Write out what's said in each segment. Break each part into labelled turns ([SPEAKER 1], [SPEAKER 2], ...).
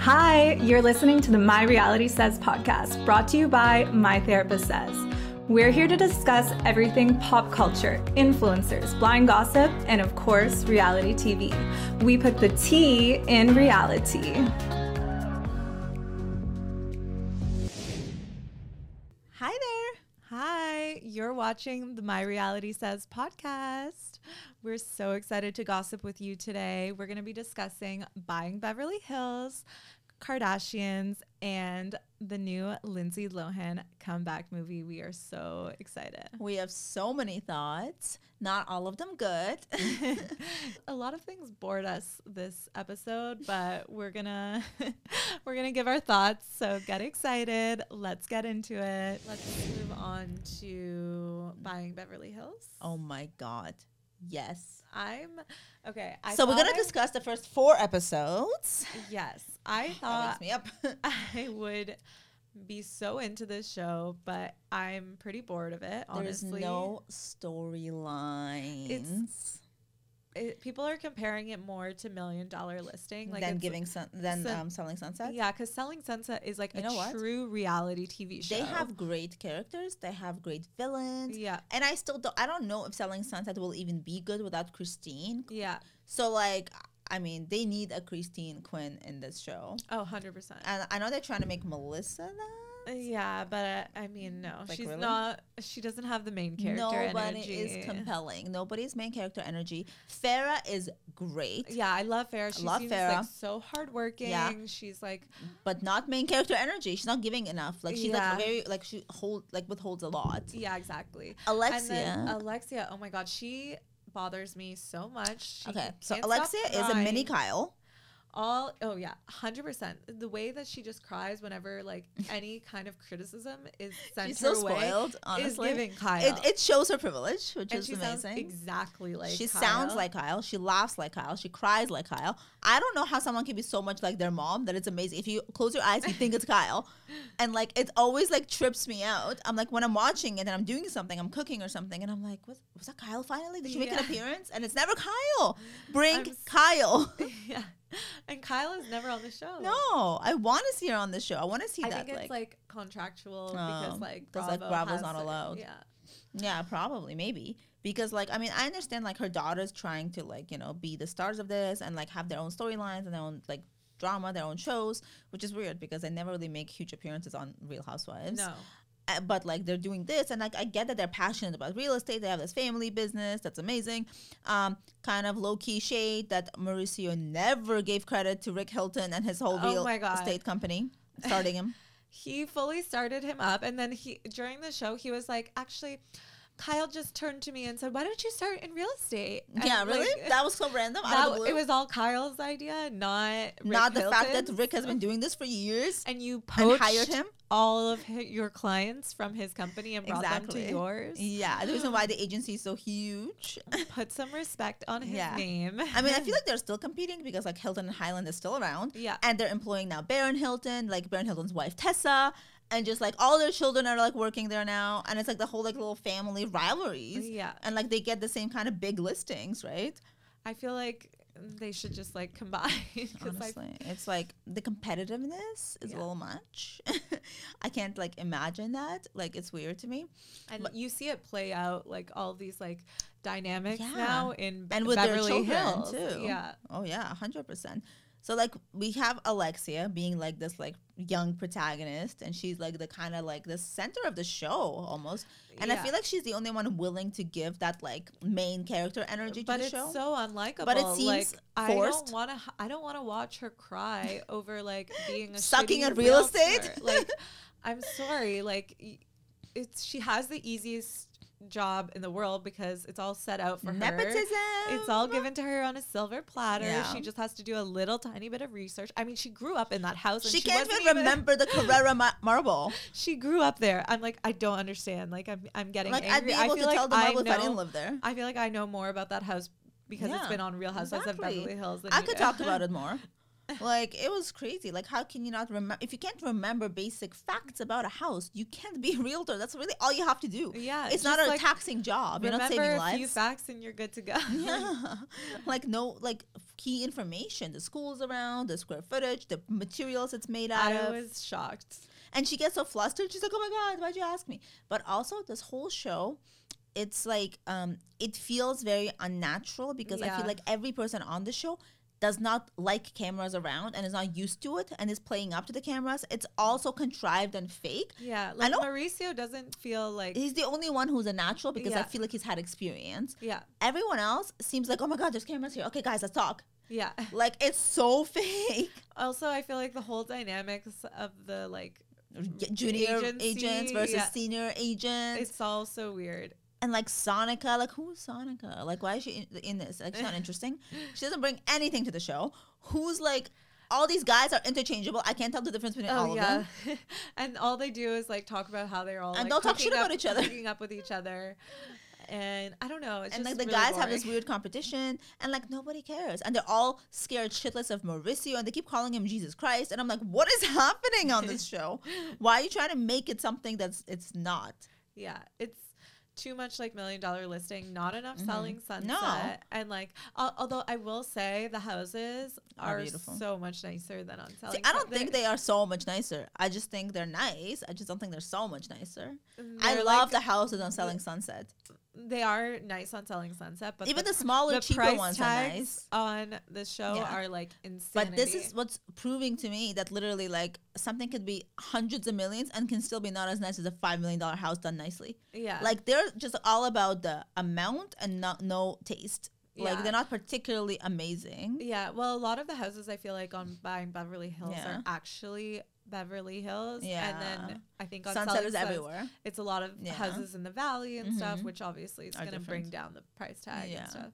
[SPEAKER 1] Hi, you're listening to the My Reality Says podcast, brought to you by My Therapist Says. We're here to discuss everything pop culture, influencers, blind gossip, and of course, reality TV. We put the T in reality. Hi there. Hi, you're watching the My Reality Says podcast. We're so excited to gossip with you today. We're going to be discussing buying Beverly Hills, Kardashians, and the new Lindsay Lohan comeback movie. We are so excited.
[SPEAKER 2] We have so many thoughts, not all of them good.
[SPEAKER 1] a lot of things bored us this episode, but we're going to we're going to give our thoughts. So get excited. Let's get into it. Let's move on to buying Beverly Hills.
[SPEAKER 2] oh my god. Yes.
[SPEAKER 1] I'm okay. I
[SPEAKER 2] so we're
[SPEAKER 1] thought
[SPEAKER 2] going to
[SPEAKER 1] I-
[SPEAKER 2] discuss the first four episodes.
[SPEAKER 1] Yes, I
[SPEAKER 2] That wakes
[SPEAKER 1] thought
[SPEAKER 2] me up.
[SPEAKER 1] I would be so into this show, but I'm pretty bored of it.
[SPEAKER 2] There's
[SPEAKER 1] Honestly,
[SPEAKER 2] no storylines.
[SPEAKER 1] It- people are comparing it more to Million Dollar Listing, like
[SPEAKER 2] Then
[SPEAKER 1] it's-
[SPEAKER 2] giving sun, then
[SPEAKER 1] sun-
[SPEAKER 2] um, selling sunset.
[SPEAKER 1] Yeah, because Selling Sunset is like
[SPEAKER 2] You
[SPEAKER 1] a
[SPEAKER 2] know what?
[SPEAKER 1] true reality TV show.
[SPEAKER 2] They have great characters. They have great villains.
[SPEAKER 1] yeah,
[SPEAKER 2] And I still don't. I don't know if selling sunset will even be good without Christine.
[SPEAKER 1] yeah.
[SPEAKER 2] So like, I mean, they need a Christine Quinn in this show.
[SPEAKER 1] Oh, 100 percent.
[SPEAKER 2] And I know they're trying to make Melissa that.
[SPEAKER 1] Yeah, but uh, I mean, no,
[SPEAKER 2] Like,
[SPEAKER 1] she's
[SPEAKER 2] really?
[SPEAKER 1] not. She doesn't have the main character
[SPEAKER 2] Nobody
[SPEAKER 1] energy.
[SPEAKER 2] is compelling. Nobody's main character energy. Farah is great,
[SPEAKER 1] yeah, I love Farrah. She
[SPEAKER 2] love
[SPEAKER 1] seems like
[SPEAKER 2] Farrah.
[SPEAKER 1] so hardworking. She's like
[SPEAKER 2] but not main character energy. She's not giving enough. Like she's
[SPEAKER 1] Yeah.
[SPEAKER 2] like very like she hold like withholds a lot.
[SPEAKER 1] Yeah, exactly.
[SPEAKER 2] Alexia.
[SPEAKER 1] And then Alexia, oh my god, she bothers me so much. She
[SPEAKER 2] okay, so
[SPEAKER 1] can't stop
[SPEAKER 2] Alexia is a mini
[SPEAKER 1] crying.
[SPEAKER 2] Kyle.
[SPEAKER 1] All oh yeah, hundred percent. The way that she just cries whenever like any kind of criticism is sent
[SPEAKER 2] She's
[SPEAKER 1] her
[SPEAKER 2] so
[SPEAKER 1] way
[SPEAKER 2] spoiled.
[SPEAKER 1] is
[SPEAKER 2] Honestly,
[SPEAKER 1] giving Kyle.
[SPEAKER 2] it, it shows her privilege, which
[SPEAKER 1] and
[SPEAKER 2] is
[SPEAKER 1] she sounds
[SPEAKER 2] amazing.
[SPEAKER 1] exactly like
[SPEAKER 2] she
[SPEAKER 1] Kyle.
[SPEAKER 2] sounds like Kyle. She laughs like Kyle. She cries like Kyle. I don't know how someone can be so much like their mom that it's amazing. If you close your eyes, you think it's Kyle, and like it always like trips me out. I'm like when I'm watching it and I'm doing something, I'm cooking or something, and I'm like, was was that Kyle finally? Did she make
[SPEAKER 1] Yeah.
[SPEAKER 2] an appearance? And it's never Kyle. Bring
[SPEAKER 1] I'm s-
[SPEAKER 2] Kyle.
[SPEAKER 1] yeah. And Kyle is never on the show.
[SPEAKER 2] no, I want to see her on the show. I want to see
[SPEAKER 1] Oh. I
[SPEAKER 2] that.
[SPEAKER 1] think it's like,
[SPEAKER 2] like,
[SPEAKER 1] contractual
[SPEAKER 2] Oh,
[SPEAKER 1] because like
[SPEAKER 2] because,
[SPEAKER 1] Bravo
[SPEAKER 2] like, Bravo's
[SPEAKER 1] has,
[SPEAKER 2] not
[SPEAKER 1] like-
[SPEAKER 2] allowed.
[SPEAKER 1] Yeah.
[SPEAKER 2] yeah, probably, maybe. Because like I mean I understand like her daughter's trying to like you know be the stars of this and like have their own storylines and their own like drama their own shows which is weird because they never really make huge appearances on Real Housewives
[SPEAKER 1] No.
[SPEAKER 2] Uh, but like they're doing this and like I get that they're passionate about real estate they have this family business that's amazing um kind of low-key shade that Mauricio never gave credit to Rick Hilton and his whole
[SPEAKER 1] Oh
[SPEAKER 2] real
[SPEAKER 1] my God.
[SPEAKER 2] estate company starting him
[SPEAKER 1] he fully started him up and then he during the show he was like actually kyle just turned to me and said why don't you start in real estate And,
[SPEAKER 2] yeah really
[SPEAKER 1] like,
[SPEAKER 2] that was so random out of
[SPEAKER 1] that-
[SPEAKER 2] the blue.
[SPEAKER 1] it was all kyle's idea not Rick
[SPEAKER 2] not the fact that
[SPEAKER 1] Hilton's. Oh.
[SPEAKER 2] Rick has been doing this for years
[SPEAKER 1] and you poached
[SPEAKER 2] and hired him.
[SPEAKER 1] all of hi- your clients from his company and brought them
[SPEAKER 2] Exactly.
[SPEAKER 1] to yours
[SPEAKER 2] Yeah, the reason why the agency is so huge.
[SPEAKER 1] put some respect on his
[SPEAKER 2] Yeah.
[SPEAKER 1] name
[SPEAKER 2] I mean, I feel like they're still competing because like Hilton and Highland is still around,
[SPEAKER 1] yeah
[SPEAKER 2] and they're employing now Baron Hilton, like Baron Hilton's wife Tessa, and just like all their children are like working there now, and it's like the whole like little family rivalries,
[SPEAKER 1] yeah
[SPEAKER 2] and like they get the same kind of big listings, right?
[SPEAKER 1] i feel like they should just like combine 'cause I
[SPEAKER 2] Honestly, it's like the competitiveness is
[SPEAKER 1] Yeah.
[SPEAKER 2] a little much. I can't like imagine that. Like it's weird to me.
[SPEAKER 1] And
[SPEAKER 2] But-
[SPEAKER 1] you see it play out like all these like dynamics now in Be-
[SPEAKER 2] And with their
[SPEAKER 1] Beverly
[SPEAKER 2] children,
[SPEAKER 1] Hills
[SPEAKER 2] too.
[SPEAKER 1] Yeah,
[SPEAKER 2] Oh yeah, hundred percent. So like we have Alexia being like this like young protagonist, and she's like the kind of like the center of the show almost. And I
[SPEAKER 1] Yeah.
[SPEAKER 2] feel like she's the only one willing to give that like main character energy to
[SPEAKER 1] but
[SPEAKER 2] the
[SPEAKER 1] it's
[SPEAKER 2] show.
[SPEAKER 1] so unlikable.
[SPEAKER 2] But it
[SPEAKER 1] like,
[SPEAKER 2] seems
[SPEAKER 1] I don't
[SPEAKER 2] forced.
[SPEAKER 1] want to. I don't want to watch her cry over like being a
[SPEAKER 2] Sucking
[SPEAKER 1] shitty
[SPEAKER 2] at real estate?
[SPEAKER 1] realtor. like, I'm sorry. Like, y- it's she has the easiest job in the world because it's all set out for her.
[SPEAKER 2] Nepotism.
[SPEAKER 1] It's all given to her on a silver platter.
[SPEAKER 2] Yeah.
[SPEAKER 1] She just has to do a little tiny bit of research. I mean, she grew up in that house. And
[SPEAKER 2] She, can't
[SPEAKER 1] wasn't
[SPEAKER 2] even remember the Carrera ma- marble.
[SPEAKER 1] she grew up there. I'm like, I don't understand. Like, I'm, I'm getting
[SPEAKER 2] Like
[SPEAKER 1] angry.
[SPEAKER 2] I'd be able
[SPEAKER 1] I feel
[SPEAKER 2] to
[SPEAKER 1] like
[SPEAKER 2] tell the
[SPEAKER 1] I
[SPEAKER 2] marble
[SPEAKER 1] know,
[SPEAKER 2] if I didn't live there.
[SPEAKER 1] I feel like I know more about that house because it's
[SPEAKER 2] Yeah,
[SPEAKER 1] been on Real Housewives of
[SPEAKER 2] exactly.
[SPEAKER 1] Beverly Hills. Than
[SPEAKER 2] I
[SPEAKER 1] you
[SPEAKER 2] could
[SPEAKER 1] do.
[SPEAKER 2] talk about it more. Like it was crazy. Like how can you not remember? If you can't remember basic facts about a house, you can't be a realtor. That's really all you have to do.
[SPEAKER 1] Yeah,
[SPEAKER 2] it's not a
[SPEAKER 1] just, like,
[SPEAKER 2] taxing job. You're
[SPEAKER 1] Remember
[SPEAKER 2] not saving
[SPEAKER 1] a few
[SPEAKER 2] lives.
[SPEAKER 1] facts and you're good to go.
[SPEAKER 2] Yeah. like no, like f- key information the schools around, the square footage, the materials it's made out
[SPEAKER 1] I
[SPEAKER 2] of.
[SPEAKER 1] was shocked.
[SPEAKER 2] And she gets so flustered. She's like, "Oh my god, why'd you ask me?" But also, this whole show, it's like um, it feels very unnatural because I
[SPEAKER 1] Yeah.
[SPEAKER 2] feel like every person on the show does not like cameras around and is not used to it and is playing up to the cameras. It's also contrived and fake.
[SPEAKER 1] Yeah, like
[SPEAKER 2] don't-
[SPEAKER 1] Mauricio doesn't feel like
[SPEAKER 2] He's the only one who's a natural because I
[SPEAKER 1] Yeah.
[SPEAKER 2] feel like he's had experience.
[SPEAKER 1] yeah,
[SPEAKER 2] Everyone else seems like, "Oh my god, there's cameras here. Okay, guys, let's talk."
[SPEAKER 1] yeah.
[SPEAKER 2] Like it's so fake.
[SPEAKER 1] Also, I feel like the whole dynamics of the like
[SPEAKER 2] Junior agents
[SPEAKER 1] Agency,
[SPEAKER 2] versus
[SPEAKER 1] yeah.
[SPEAKER 2] senior agents.
[SPEAKER 1] it's all so weird.
[SPEAKER 2] and like Sonica, like who's Sonica? Like why is she in, in this? Like she's not interesting. She doesn't bring anything to the show. Who's like all these guys are interchangeable. I can't tell the difference between all
[SPEAKER 1] Oh
[SPEAKER 2] of
[SPEAKER 1] yeah,
[SPEAKER 2] them.
[SPEAKER 1] and all they do is like talk about how they're all
[SPEAKER 2] And
[SPEAKER 1] like,
[SPEAKER 2] they'll talk
[SPEAKER 1] hooking
[SPEAKER 2] shit about
[SPEAKER 1] up-
[SPEAKER 2] each other.
[SPEAKER 1] hooking up with each other, and I don't know. It's
[SPEAKER 2] And like
[SPEAKER 1] just
[SPEAKER 2] the
[SPEAKER 1] really
[SPEAKER 2] guys have this
[SPEAKER 1] boring.
[SPEAKER 2] weird competition, and like nobody cares, and they're all scared shitless of Mauricio, and they keep calling him Jesus Christ, and I'm like, what is happening on this show? Why are you trying to make it something that's it's not?
[SPEAKER 1] Yeah, it's too much like million dollar listing, not enough
[SPEAKER 2] Mm-hmm.
[SPEAKER 1] selling sunset, and like al- although I will say the houses
[SPEAKER 2] Are
[SPEAKER 1] are,
[SPEAKER 2] beautiful.
[SPEAKER 1] so much nicer than on selling.
[SPEAKER 2] See, I don't
[SPEAKER 1] Sunset.
[SPEAKER 2] think they are so much nicer. I just think they're nice. I just don't think they're so much nicer. I
[SPEAKER 1] They're,
[SPEAKER 2] love
[SPEAKER 1] like,
[SPEAKER 2] the houses on Selling Sunset.
[SPEAKER 1] they are nice on selling sunset, but
[SPEAKER 2] Even
[SPEAKER 1] the,
[SPEAKER 2] the smaller,
[SPEAKER 1] the
[SPEAKER 2] cheaper
[SPEAKER 1] price
[SPEAKER 2] ones are
[SPEAKER 1] tags
[SPEAKER 2] nice.
[SPEAKER 1] on the show
[SPEAKER 2] Yeah.
[SPEAKER 1] are like insane.
[SPEAKER 2] But this is what's proving to me that literally, like, something could be hundreds of millions and can still be not as nice as a five million dollar house done nicely.
[SPEAKER 1] yeah,
[SPEAKER 2] Like, they're just all about the amount and not no taste. Like,
[SPEAKER 1] Yeah.
[SPEAKER 2] they're not particularly amazing.
[SPEAKER 1] yeah. Well, a lot of the houses I feel like on buying Beverly Hills
[SPEAKER 2] Yeah.
[SPEAKER 1] are actually Beverly Hills, and
[SPEAKER 2] Yeah.
[SPEAKER 1] then I think on
[SPEAKER 2] Sunset
[SPEAKER 1] Selling
[SPEAKER 2] is
[SPEAKER 1] Suns-
[SPEAKER 2] everywhere.
[SPEAKER 1] It's a lot of
[SPEAKER 2] Yeah.
[SPEAKER 1] houses in the valley and stuff,
[SPEAKER 2] Mhm.
[SPEAKER 1] which obviously is
[SPEAKER 2] Are
[SPEAKER 1] going to bring down the price tag
[SPEAKER 2] Yeah.
[SPEAKER 1] and stuff.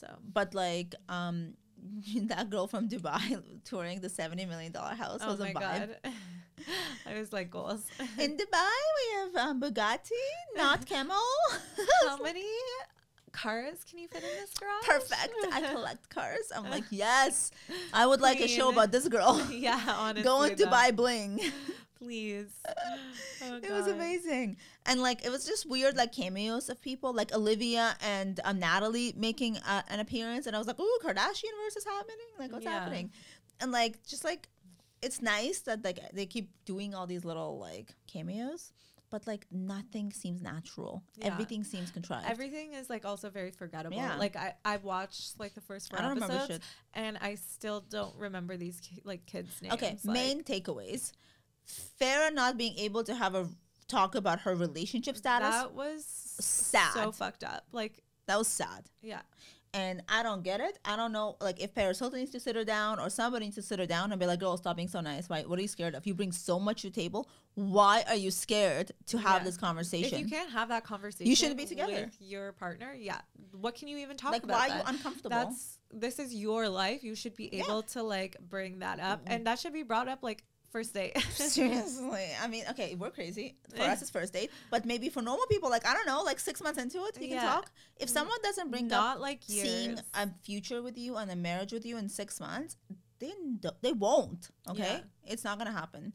[SPEAKER 1] So
[SPEAKER 2] But like, um, that girl from Dubai touring the seventy million dollar house
[SPEAKER 1] oh
[SPEAKER 2] was a
[SPEAKER 1] my
[SPEAKER 2] vibe.
[SPEAKER 1] god, I was like goals.
[SPEAKER 2] In Dubai, we have um, Bugatti, not Camel.
[SPEAKER 1] How many cars can you fit in this garage?
[SPEAKER 2] perfect. I collect cars. I'm like, yes, I would like a show
[SPEAKER 1] Queen.
[SPEAKER 2] about this girl
[SPEAKER 1] yeah, honestly,
[SPEAKER 2] going to
[SPEAKER 1] though.
[SPEAKER 2] buy bling.
[SPEAKER 1] Please, Oh,
[SPEAKER 2] It was
[SPEAKER 1] God.
[SPEAKER 2] amazing, and like it was just weird, like cameos of people, like Olivia and um, Natalie making uh, an appearance, and I was like, "Ooh, Kardashian verse is happening! Like, what's
[SPEAKER 1] Yeah.
[SPEAKER 2] happening?" And like, just like, it's nice that like they keep doing all these little like cameos, but like nothing seems natural.
[SPEAKER 1] Yeah.
[SPEAKER 2] Everything seems contrived.
[SPEAKER 1] Everything is like also very forgettable.
[SPEAKER 2] Yeah.
[SPEAKER 1] Like I, I watched like the first four
[SPEAKER 2] I don't remember
[SPEAKER 1] episodes,
[SPEAKER 2] shit.
[SPEAKER 1] and I still don't remember these ki- like kids' names.
[SPEAKER 2] Okay,
[SPEAKER 1] like-
[SPEAKER 2] main takeaways. Farah not being able to have a talk about her relationship status. That,
[SPEAKER 1] That was
[SPEAKER 2] Sad.
[SPEAKER 1] so fucked up. Like
[SPEAKER 2] was sad.
[SPEAKER 1] yeah,
[SPEAKER 2] And I don't get it. I don't know like if Paris Hilton needs to sit her down or somebody needs to sit her down and be like, girl, stop being so nice. Why what are you scared of? You bring so much to the table. Why are you scared to have
[SPEAKER 1] Yeah.
[SPEAKER 2] this
[SPEAKER 1] if you
[SPEAKER 2] conversation?
[SPEAKER 1] can't have that conversation,
[SPEAKER 2] shouldn't be together.
[SPEAKER 1] with your partner. Yeah, what can you even talk
[SPEAKER 2] like
[SPEAKER 1] about?
[SPEAKER 2] why are you
[SPEAKER 1] then?
[SPEAKER 2] uncomfortable?
[SPEAKER 1] That's this is your life. You should be
[SPEAKER 2] Yeah.
[SPEAKER 1] able to like bring that up, and that should be brought up like first date.
[SPEAKER 2] Seriously. I mean, okay, we're crazy. For us, it's first date. But maybe for normal people, like, I don't know, like six months into it, you can
[SPEAKER 1] Yeah.
[SPEAKER 2] talk. If someone doesn't bring up
[SPEAKER 1] Not like years.
[SPEAKER 2] seeing a future with you and a marriage with you in six months, they do- they won't. Okay, it's not gonna happen.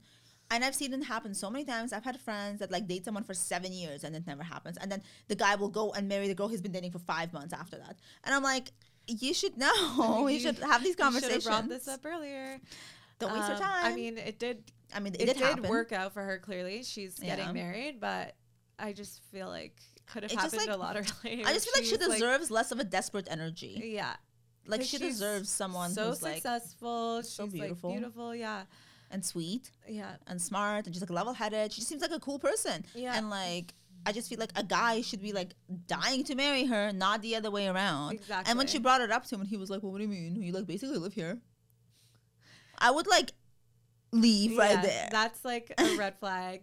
[SPEAKER 2] And I've seen it happen so many times. I've had friends that like date someone for seven years and it never happens, and then the guy will go and marry the girl he's been dating for five months after that. And I'm like, you should know. you should have these
[SPEAKER 1] You should
[SPEAKER 2] conversations.
[SPEAKER 1] have brought this up earlier.
[SPEAKER 2] Don't waste your
[SPEAKER 1] Um,
[SPEAKER 2] time.
[SPEAKER 1] I mean, it did.
[SPEAKER 2] I mean, it,
[SPEAKER 1] It,
[SPEAKER 2] did,
[SPEAKER 1] did,
[SPEAKER 2] happen.
[SPEAKER 1] work out for her. Clearly, she's getting
[SPEAKER 2] Yeah.
[SPEAKER 1] married, but I just feel like could have
[SPEAKER 2] It's just
[SPEAKER 1] happened
[SPEAKER 2] like-
[SPEAKER 1] a lot earlier.
[SPEAKER 2] I just feel like she
[SPEAKER 1] She's,
[SPEAKER 2] deserves less of a desperate energy.
[SPEAKER 1] yeah,
[SPEAKER 2] Like
[SPEAKER 1] 'cause
[SPEAKER 2] she
[SPEAKER 1] she's
[SPEAKER 2] deserves someone
[SPEAKER 1] so
[SPEAKER 2] who's like
[SPEAKER 1] successful. she's
[SPEAKER 2] so beautiful.
[SPEAKER 1] beautiful. like beautiful. Yeah,
[SPEAKER 2] and sweet.
[SPEAKER 1] yeah.
[SPEAKER 2] and smart and just like level headed. She seems like a cool person.
[SPEAKER 1] Yeah.
[SPEAKER 2] And like I just feel like a guy should be like dying to marry her, not the other way around. And when
[SPEAKER 1] Exactly.
[SPEAKER 2] she brought it up to him, he was like, "Well, what do you mean? You like basically live here." I would like leave right
[SPEAKER 1] Yeah,
[SPEAKER 2] there.
[SPEAKER 1] That's like a red flag.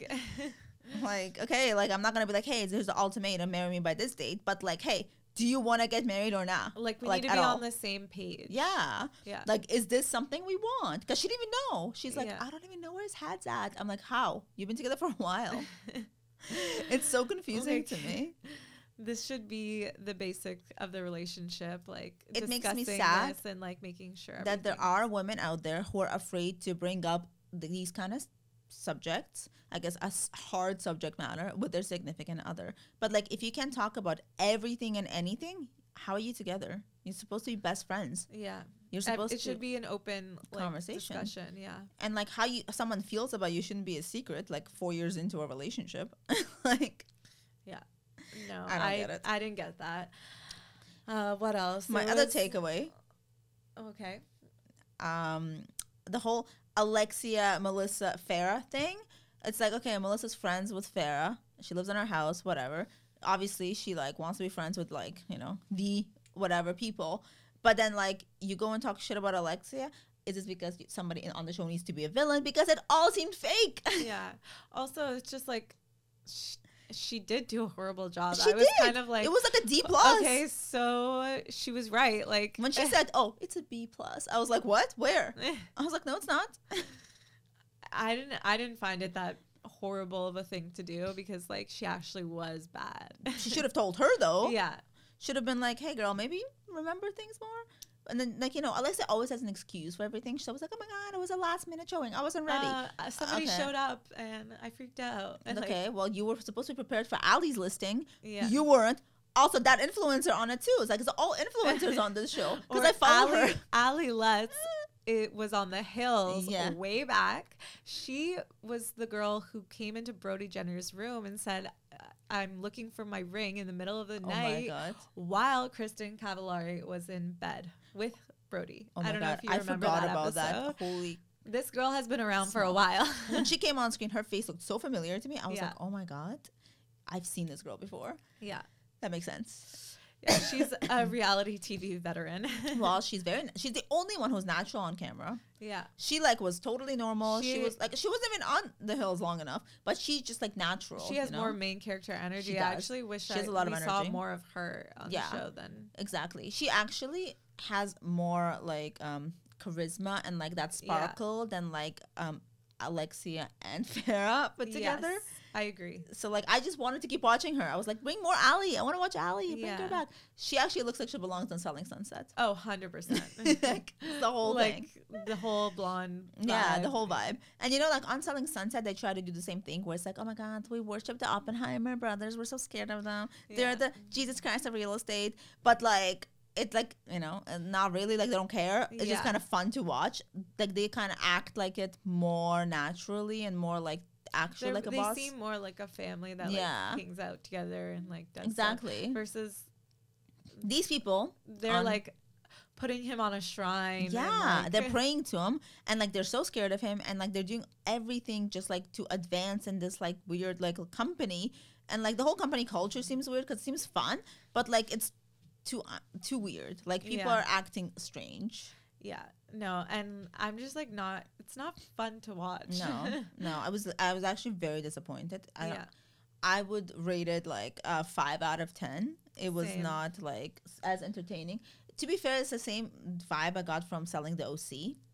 [SPEAKER 2] like, okay, like I'm not gonna be like, "Hey, there's the ultimatum, marry me by this date," but like, "Hey, do you want to get married or not?"
[SPEAKER 1] like we
[SPEAKER 2] Like,
[SPEAKER 1] need
[SPEAKER 2] at
[SPEAKER 1] to be
[SPEAKER 2] all.
[SPEAKER 1] on the same page.
[SPEAKER 2] Yeah.
[SPEAKER 1] Yeah.
[SPEAKER 2] Like, is this something we want? Because she didn't even know. She's like,
[SPEAKER 1] Yeah.
[SPEAKER 2] I don't even know where his head's at. I'm like, how? You've been together for a while. it's so confusing
[SPEAKER 1] Like,
[SPEAKER 2] to me.
[SPEAKER 1] this should be the basic of the relationship. Like
[SPEAKER 2] It makes me
[SPEAKER 1] discussing
[SPEAKER 2] sad
[SPEAKER 1] this and like making sure
[SPEAKER 2] That there
[SPEAKER 1] everything-
[SPEAKER 2] are women out there who are afraid to bring up th- these kind of s- subjects. I guess a s- hard subject matter with their significant other. But like, if you can't talk about everything and anything, how are you together? You're supposed to be best friends.
[SPEAKER 1] Yeah,
[SPEAKER 2] You're
[SPEAKER 1] Ev-
[SPEAKER 2] supposed
[SPEAKER 1] it
[SPEAKER 2] to.
[SPEAKER 1] should be an open like,
[SPEAKER 2] Conversation.
[SPEAKER 1] discussion. Yeah.
[SPEAKER 2] and like how you someone feels about you shouldn't be a secret. Like four years into a relationship, like
[SPEAKER 1] No,
[SPEAKER 2] I
[SPEAKER 1] I
[SPEAKER 2] don't
[SPEAKER 1] I,
[SPEAKER 2] get it.
[SPEAKER 1] didn't get that. Uh, what else?
[SPEAKER 2] my
[SPEAKER 1] There
[SPEAKER 2] other
[SPEAKER 1] was-
[SPEAKER 2] takeaway.
[SPEAKER 1] Okay.
[SPEAKER 2] um, the whole Alexia, Melissa, Farah thing. It's like, okay, Melissa's friends with Farah. She lives in her house, whatever. Obviously, she like wants to be friends with like, you know, the whatever people. But then like you go and talk shit about Alexia. Is this because somebody in- on the show needs to be a villain? Because it all seemed fake.
[SPEAKER 1] Yeah. Also, it's just like she, she did do a horrible job.
[SPEAKER 2] she
[SPEAKER 1] I was
[SPEAKER 2] did.
[SPEAKER 1] kind of like,
[SPEAKER 2] it was like a D plus.
[SPEAKER 1] okay, so she was right. Like
[SPEAKER 2] When she said, "Oh, it's a B plus," I was like, "What? Where?"
[SPEAKER 1] said.
[SPEAKER 2] I was like, "No, it's not."
[SPEAKER 1] I didn't I didn't find it that horrible of a thing to do because like she actually was bad.
[SPEAKER 2] She should have told her though.
[SPEAKER 1] yeah.
[SPEAKER 2] should have been like, "Hey, girl, maybe remember things more." And then, like you know, Alexa always has an excuse for everything. She's always like, "Oh my god, it was a last minute showing. I wasn't ready."
[SPEAKER 1] Uh, uh, somebody
[SPEAKER 2] Okay.
[SPEAKER 1] showed up and I freaked out. And, like,
[SPEAKER 2] okay, well, you were supposed to be prepared for Ali's listing.
[SPEAKER 1] yeah.
[SPEAKER 2] You weren't. Also, that influencer on it too. It's like it's all influencers on this show because
[SPEAKER 1] Or
[SPEAKER 2] I follow
[SPEAKER 1] Ali,
[SPEAKER 2] her.
[SPEAKER 1] Ali Lutz. It was on the hills
[SPEAKER 2] Yeah.
[SPEAKER 1] way back. She was the girl who came into Brody Jenner's room and said, "I'm looking for my ring in the middle of the
[SPEAKER 2] Oh my
[SPEAKER 1] night,"
[SPEAKER 2] god!
[SPEAKER 1] while Kristen Cavallari was in bed with Brody.
[SPEAKER 2] Oh my
[SPEAKER 1] I don't
[SPEAKER 2] god!
[SPEAKER 1] know if you
[SPEAKER 2] I
[SPEAKER 1] remember
[SPEAKER 2] forgot
[SPEAKER 1] that
[SPEAKER 2] about
[SPEAKER 1] episode.
[SPEAKER 2] that. Holy!
[SPEAKER 1] This girl has been around for a
[SPEAKER 2] Smell.
[SPEAKER 1] while.
[SPEAKER 2] when she came on screen, her face looked so familiar to me. I was
[SPEAKER 1] Yeah.
[SPEAKER 2] like, "Oh my god, I've seen this girl before."
[SPEAKER 1] yeah.
[SPEAKER 2] That makes sense.
[SPEAKER 1] yeah. She's a reality TV veteran.
[SPEAKER 2] well, she's very. She's the only one who's natural on camera.
[SPEAKER 1] yeah.
[SPEAKER 2] She like was totally normal. She,
[SPEAKER 1] She-
[SPEAKER 2] was like she wasn't even on the hills long enough, but she's just like natural.
[SPEAKER 1] She has
[SPEAKER 2] you know?
[SPEAKER 1] more main character energy.
[SPEAKER 2] She
[SPEAKER 1] I
[SPEAKER 2] does.
[SPEAKER 1] actually wish
[SPEAKER 2] She
[SPEAKER 1] I
[SPEAKER 2] has a lot of
[SPEAKER 1] we saw
[SPEAKER 2] energy.
[SPEAKER 1] more of her on
[SPEAKER 2] Yeah.
[SPEAKER 1] the show than
[SPEAKER 2] exactly. She actually has more like um charisma and like that
[SPEAKER 1] Yeah.
[SPEAKER 2] sparkle than like um Alexia and Farah put together.
[SPEAKER 1] Yes, I agree.
[SPEAKER 2] So like I just wanted to keep watching her. I was like, bring more Ali. I want to watch Ali. Bring
[SPEAKER 1] Yeah.
[SPEAKER 2] her back. She actually looks like she belongs on Selling Sunset.
[SPEAKER 1] Oh, 100%.
[SPEAKER 2] like the whole
[SPEAKER 1] like
[SPEAKER 2] thing.
[SPEAKER 1] the whole blonde.
[SPEAKER 2] Yeah, the
[SPEAKER 1] vibe.
[SPEAKER 2] whole vibe. And you know, like on Selling Sunset, they try to do the same thing where it's like, oh my God, we worship the Oppenheimer brothers. We're so scared of them.
[SPEAKER 1] Yeah.
[SPEAKER 2] They're the Jesus Christ of real estate. But like, it's like, you know, and not really. Like, they don't care. It's
[SPEAKER 1] Yeah.
[SPEAKER 2] just kind of fun to watch. Like, they kind of act like it more naturally and more like actually
[SPEAKER 1] They're-
[SPEAKER 2] like a
[SPEAKER 1] they
[SPEAKER 2] boss.
[SPEAKER 1] seem more like a family that
[SPEAKER 2] Yeah.
[SPEAKER 1] like hangs out together and like does stuff.
[SPEAKER 2] exactly.
[SPEAKER 1] versus
[SPEAKER 2] These people,
[SPEAKER 1] they're
[SPEAKER 2] On-
[SPEAKER 1] like putting him on a shrine. and,
[SPEAKER 2] yeah,
[SPEAKER 1] like-
[SPEAKER 2] they're praying to him and like they're so scared of him and like they're doing everything just like to advance in this like weird like company and like the whole company culture seems weird because it seems fun but like it's too uh, too weird like people
[SPEAKER 1] Yeah.
[SPEAKER 2] are acting strange
[SPEAKER 1] Yeah. No, and I'm just like not it's not fun to watch.
[SPEAKER 2] no no i was i was actually very disappointed i
[SPEAKER 1] yeah.
[SPEAKER 2] i would rate it like a five out of ten it was
[SPEAKER 1] Same.
[SPEAKER 2] not like s- as entertaining to be fair it's the same vibe i got from selling the oc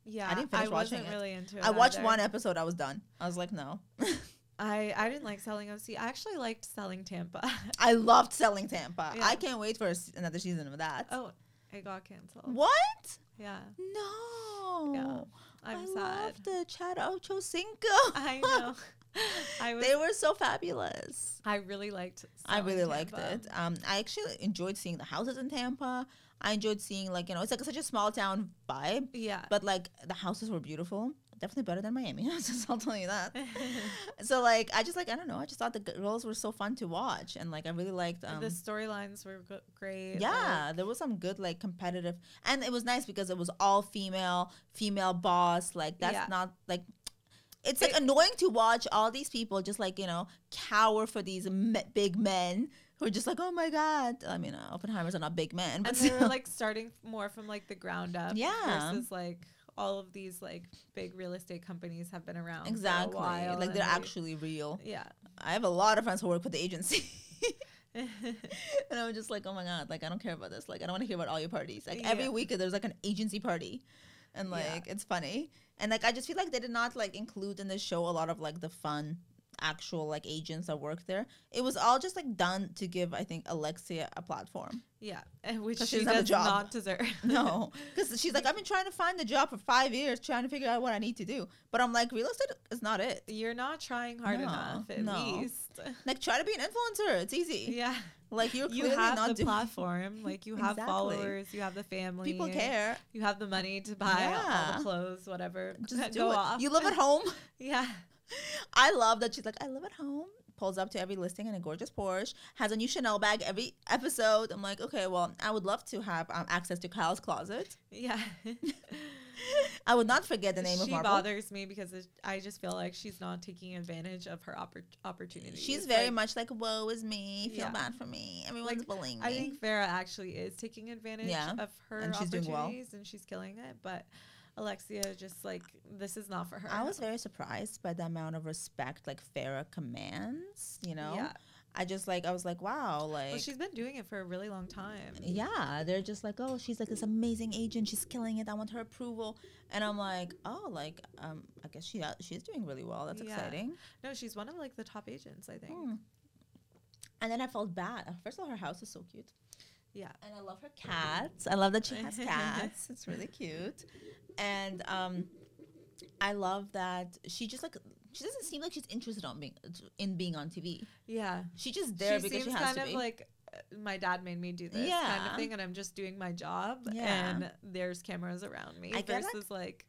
[SPEAKER 1] Yeah.
[SPEAKER 2] I didn't finish watching
[SPEAKER 1] wasn't
[SPEAKER 2] it.
[SPEAKER 1] really into it.
[SPEAKER 2] i watched
[SPEAKER 1] either.
[SPEAKER 2] one e- episode i was done i was like no
[SPEAKER 1] I I didn't like selling OC. I actually liked selling Tampa.
[SPEAKER 2] I loved selling Tampa.
[SPEAKER 1] Yeah.
[SPEAKER 2] I can't wait for a se- another season of that.
[SPEAKER 1] oh, it got canceled.
[SPEAKER 2] What?
[SPEAKER 1] Yeah.
[SPEAKER 2] No.
[SPEAKER 1] Yeah, I'm
[SPEAKER 2] I
[SPEAKER 1] sad.
[SPEAKER 2] loved the Chad Ochocinco.
[SPEAKER 1] I know. I was
[SPEAKER 2] they were so fabulous.
[SPEAKER 1] I really liked
[SPEAKER 2] I
[SPEAKER 1] Selling
[SPEAKER 2] really liked
[SPEAKER 1] Tampa.
[SPEAKER 2] it. Um, I actually enjoyed seeing the houses in Tampa. I enjoyed seeing like you know it's like such a small town vibe,
[SPEAKER 1] Yeah.
[SPEAKER 2] but like the houses were beautiful. Definitely better than Miami houses. I'll tell you that. so like I just like I don't know. I just thought the girls were so fun to watch, and like I really liked um,
[SPEAKER 1] the storylines were go- great.
[SPEAKER 2] Yeah, there was some good like competitive, and it was nice because it was all female, female boss. Like that's
[SPEAKER 1] Yeah.
[SPEAKER 2] not like it's
[SPEAKER 1] It-
[SPEAKER 2] like annoying to watch all these people just like you know cower for these me- big men who are just like oh my god. I mean, uh, Oppenheimer's are not big men,
[SPEAKER 1] Like,
[SPEAKER 2] but
[SPEAKER 1] and they were
[SPEAKER 2] still-
[SPEAKER 1] like starting more from like the ground up.
[SPEAKER 2] Yeah.
[SPEAKER 1] Versus like all of these like big real estate companies have been around
[SPEAKER 2] exactly
[SPEAKER 1] for a while.
[SPEAKER 2] like
[SPEAKER 1] and
[SPEAKER 2] they're
[SPEAKER 1] they-
[SPEAKER 2] actually real.
[SPEAKER 1] yeah.
[SPEAKER 2] I have a lot of friends who work with the agency. and I'm just like, oh my god, like I don't care about this. Like I don't want to hear about all your parties. Like every
[SPEAKER 1] Yeah.
[SPEAKER 2] week there's like an agency party, and
[SPEAKER 1] Yeah.
[SPEAKER 2] like it's funny. And like I just feel like they did not like include in the show a lot of like the fun actual like agents that work there. It was all just like done to give I think Alexia a platform.
[SPEAKER 1] Yeah, and which
[SPEAKER 2] Because she
[SPEAKER 1] she
[SPEAKER 2] doesn't have
[SPEAKER 1] does
[SPEAKER 2] a job.
[SPEAKER 1] not deserve.
[SPEAKER 2] No, because she's like I've been trying to find a job for five years, trying to figure out what I need to do. But I'm like real estate is not it.
[SPEAKER 1] You're not trying hard
[SPEAKER 2] No,
[SPEAKER 1] enough, at
[SPEAKER 2] no.
[SPEAKER 1] least.
[SPEAKER 2] Like try to be an influencer. It's easy.
[SPEAKER 1] Yeah.
[SPEAKER 2] Like you're
[SPEAKER 1] You
[SPEAKER 2] clearly
[SPEAKER 1] have
[SPEAKER 2] not
[SPEAKER 1] the
[SPEAKER 2] doing.
[SPEAKER 1] platform. Like you have
[SPEAKER 2] Exactly.
[SPEAKER 1] followers, you have the family.
[SPEAKER 2] People care.
[SPEAKER 1] You have the money to buy all
[SPEAKER 2] Yeah.
[SPEAKER 1] the clothes, whatever.
[SPEAKER 2] Just
[SPEAKER 1] Go
[SPEAKER 2] do it.
[SPEAKER 1] off.
[SPEAKER 2] You live at home.
[SPEAKER 1] Yeah.
[SPEAKER 2] I love that she's like, I live at home. Pulls up to every listing in a gorgeous Porsche. Has a new Chanel bag every episode. I'm like, okay, well, I would love to have um, access to Kyle's closet.
[SPEAKER 1] Yeah.
[SPEAKER 2] I would not forget the name
[SPEAKER 1] she
[SPEAKER 2] of Marvel.
[SPEAKER 1] bothers me because it, I just feel like she's not taking advantage of her oppor- opportunity.
[SPEAKER 2] She's very much like, woe is me. Feel
[SPEAKER 1] Yeah.
[SPEAKER 2] bad for me. Everyone's
[SPEAKER 1] Like,
[SPEAKER 2] bullying me.
[SPEAKER 1] I think Farah actually is taking advantage
[SPEAKER 2] Yeah,
[SPEAKER 1] of her
[SPEAKER 2] and she's doing
[SPEAKER 1] opportunities
[SPEAKER 2] well.
[SPEAKER 1] and she's killing it. But Alexia, just like this is not for her.
[SPEAKER 2] I was very surprised by the amount of respect like Farah commands. You know,
[SPEAKER 1] Yeah.
[SPEAKER 2] I just like I was like, wow, like
[SPEAKER 1] Well, she's been doing it for a really long time.
[SPEAKER 2] yeah, they're just like, oh, she's like this amazing agent. She's killing it. I want her approval. And I'm like, oh, like, um, I guess she she's doing really well. That's
[SPEAKER 1] Yeah.
[SPEAKER 2] exciting.
[SPEAKER 1] No, she's one of like the top agents, I think.
[SPEAKER 2] Hmm. And then I felt bad. Uh, First of all, her house is so cute.
[SPEAKER 1] Yeah.
[SPEAKER 2] And I love her cats. I love that she has cats. It's really cute. And um, I love that she just like she doesn't seem like she's interested on being in being on TV.
[SPEAKER 1] Yeah.
[SPEAKER 2] She just there
[SPEAKER 1] she
[SPEAKER 2] because
[SPEAKER 1] seems
[SPEAKER 2] she has
[SPEAKER 1] kind
[SPEAKER 2] to
[SPEAKER 1] of
[SPEAKER 2] be.
[SPEAKER 1] like uh, my dad made me do this kind of
[SPEAKER 2] Yeah.
[SPEAKER 1] thing, and I'm just doing my job,
[SPEAKER 2] Yeah.
[SPEAKER 1] and there's cameras around me.
[SPEAKER 2] I get, like-
[SPEAKER 1] versus like,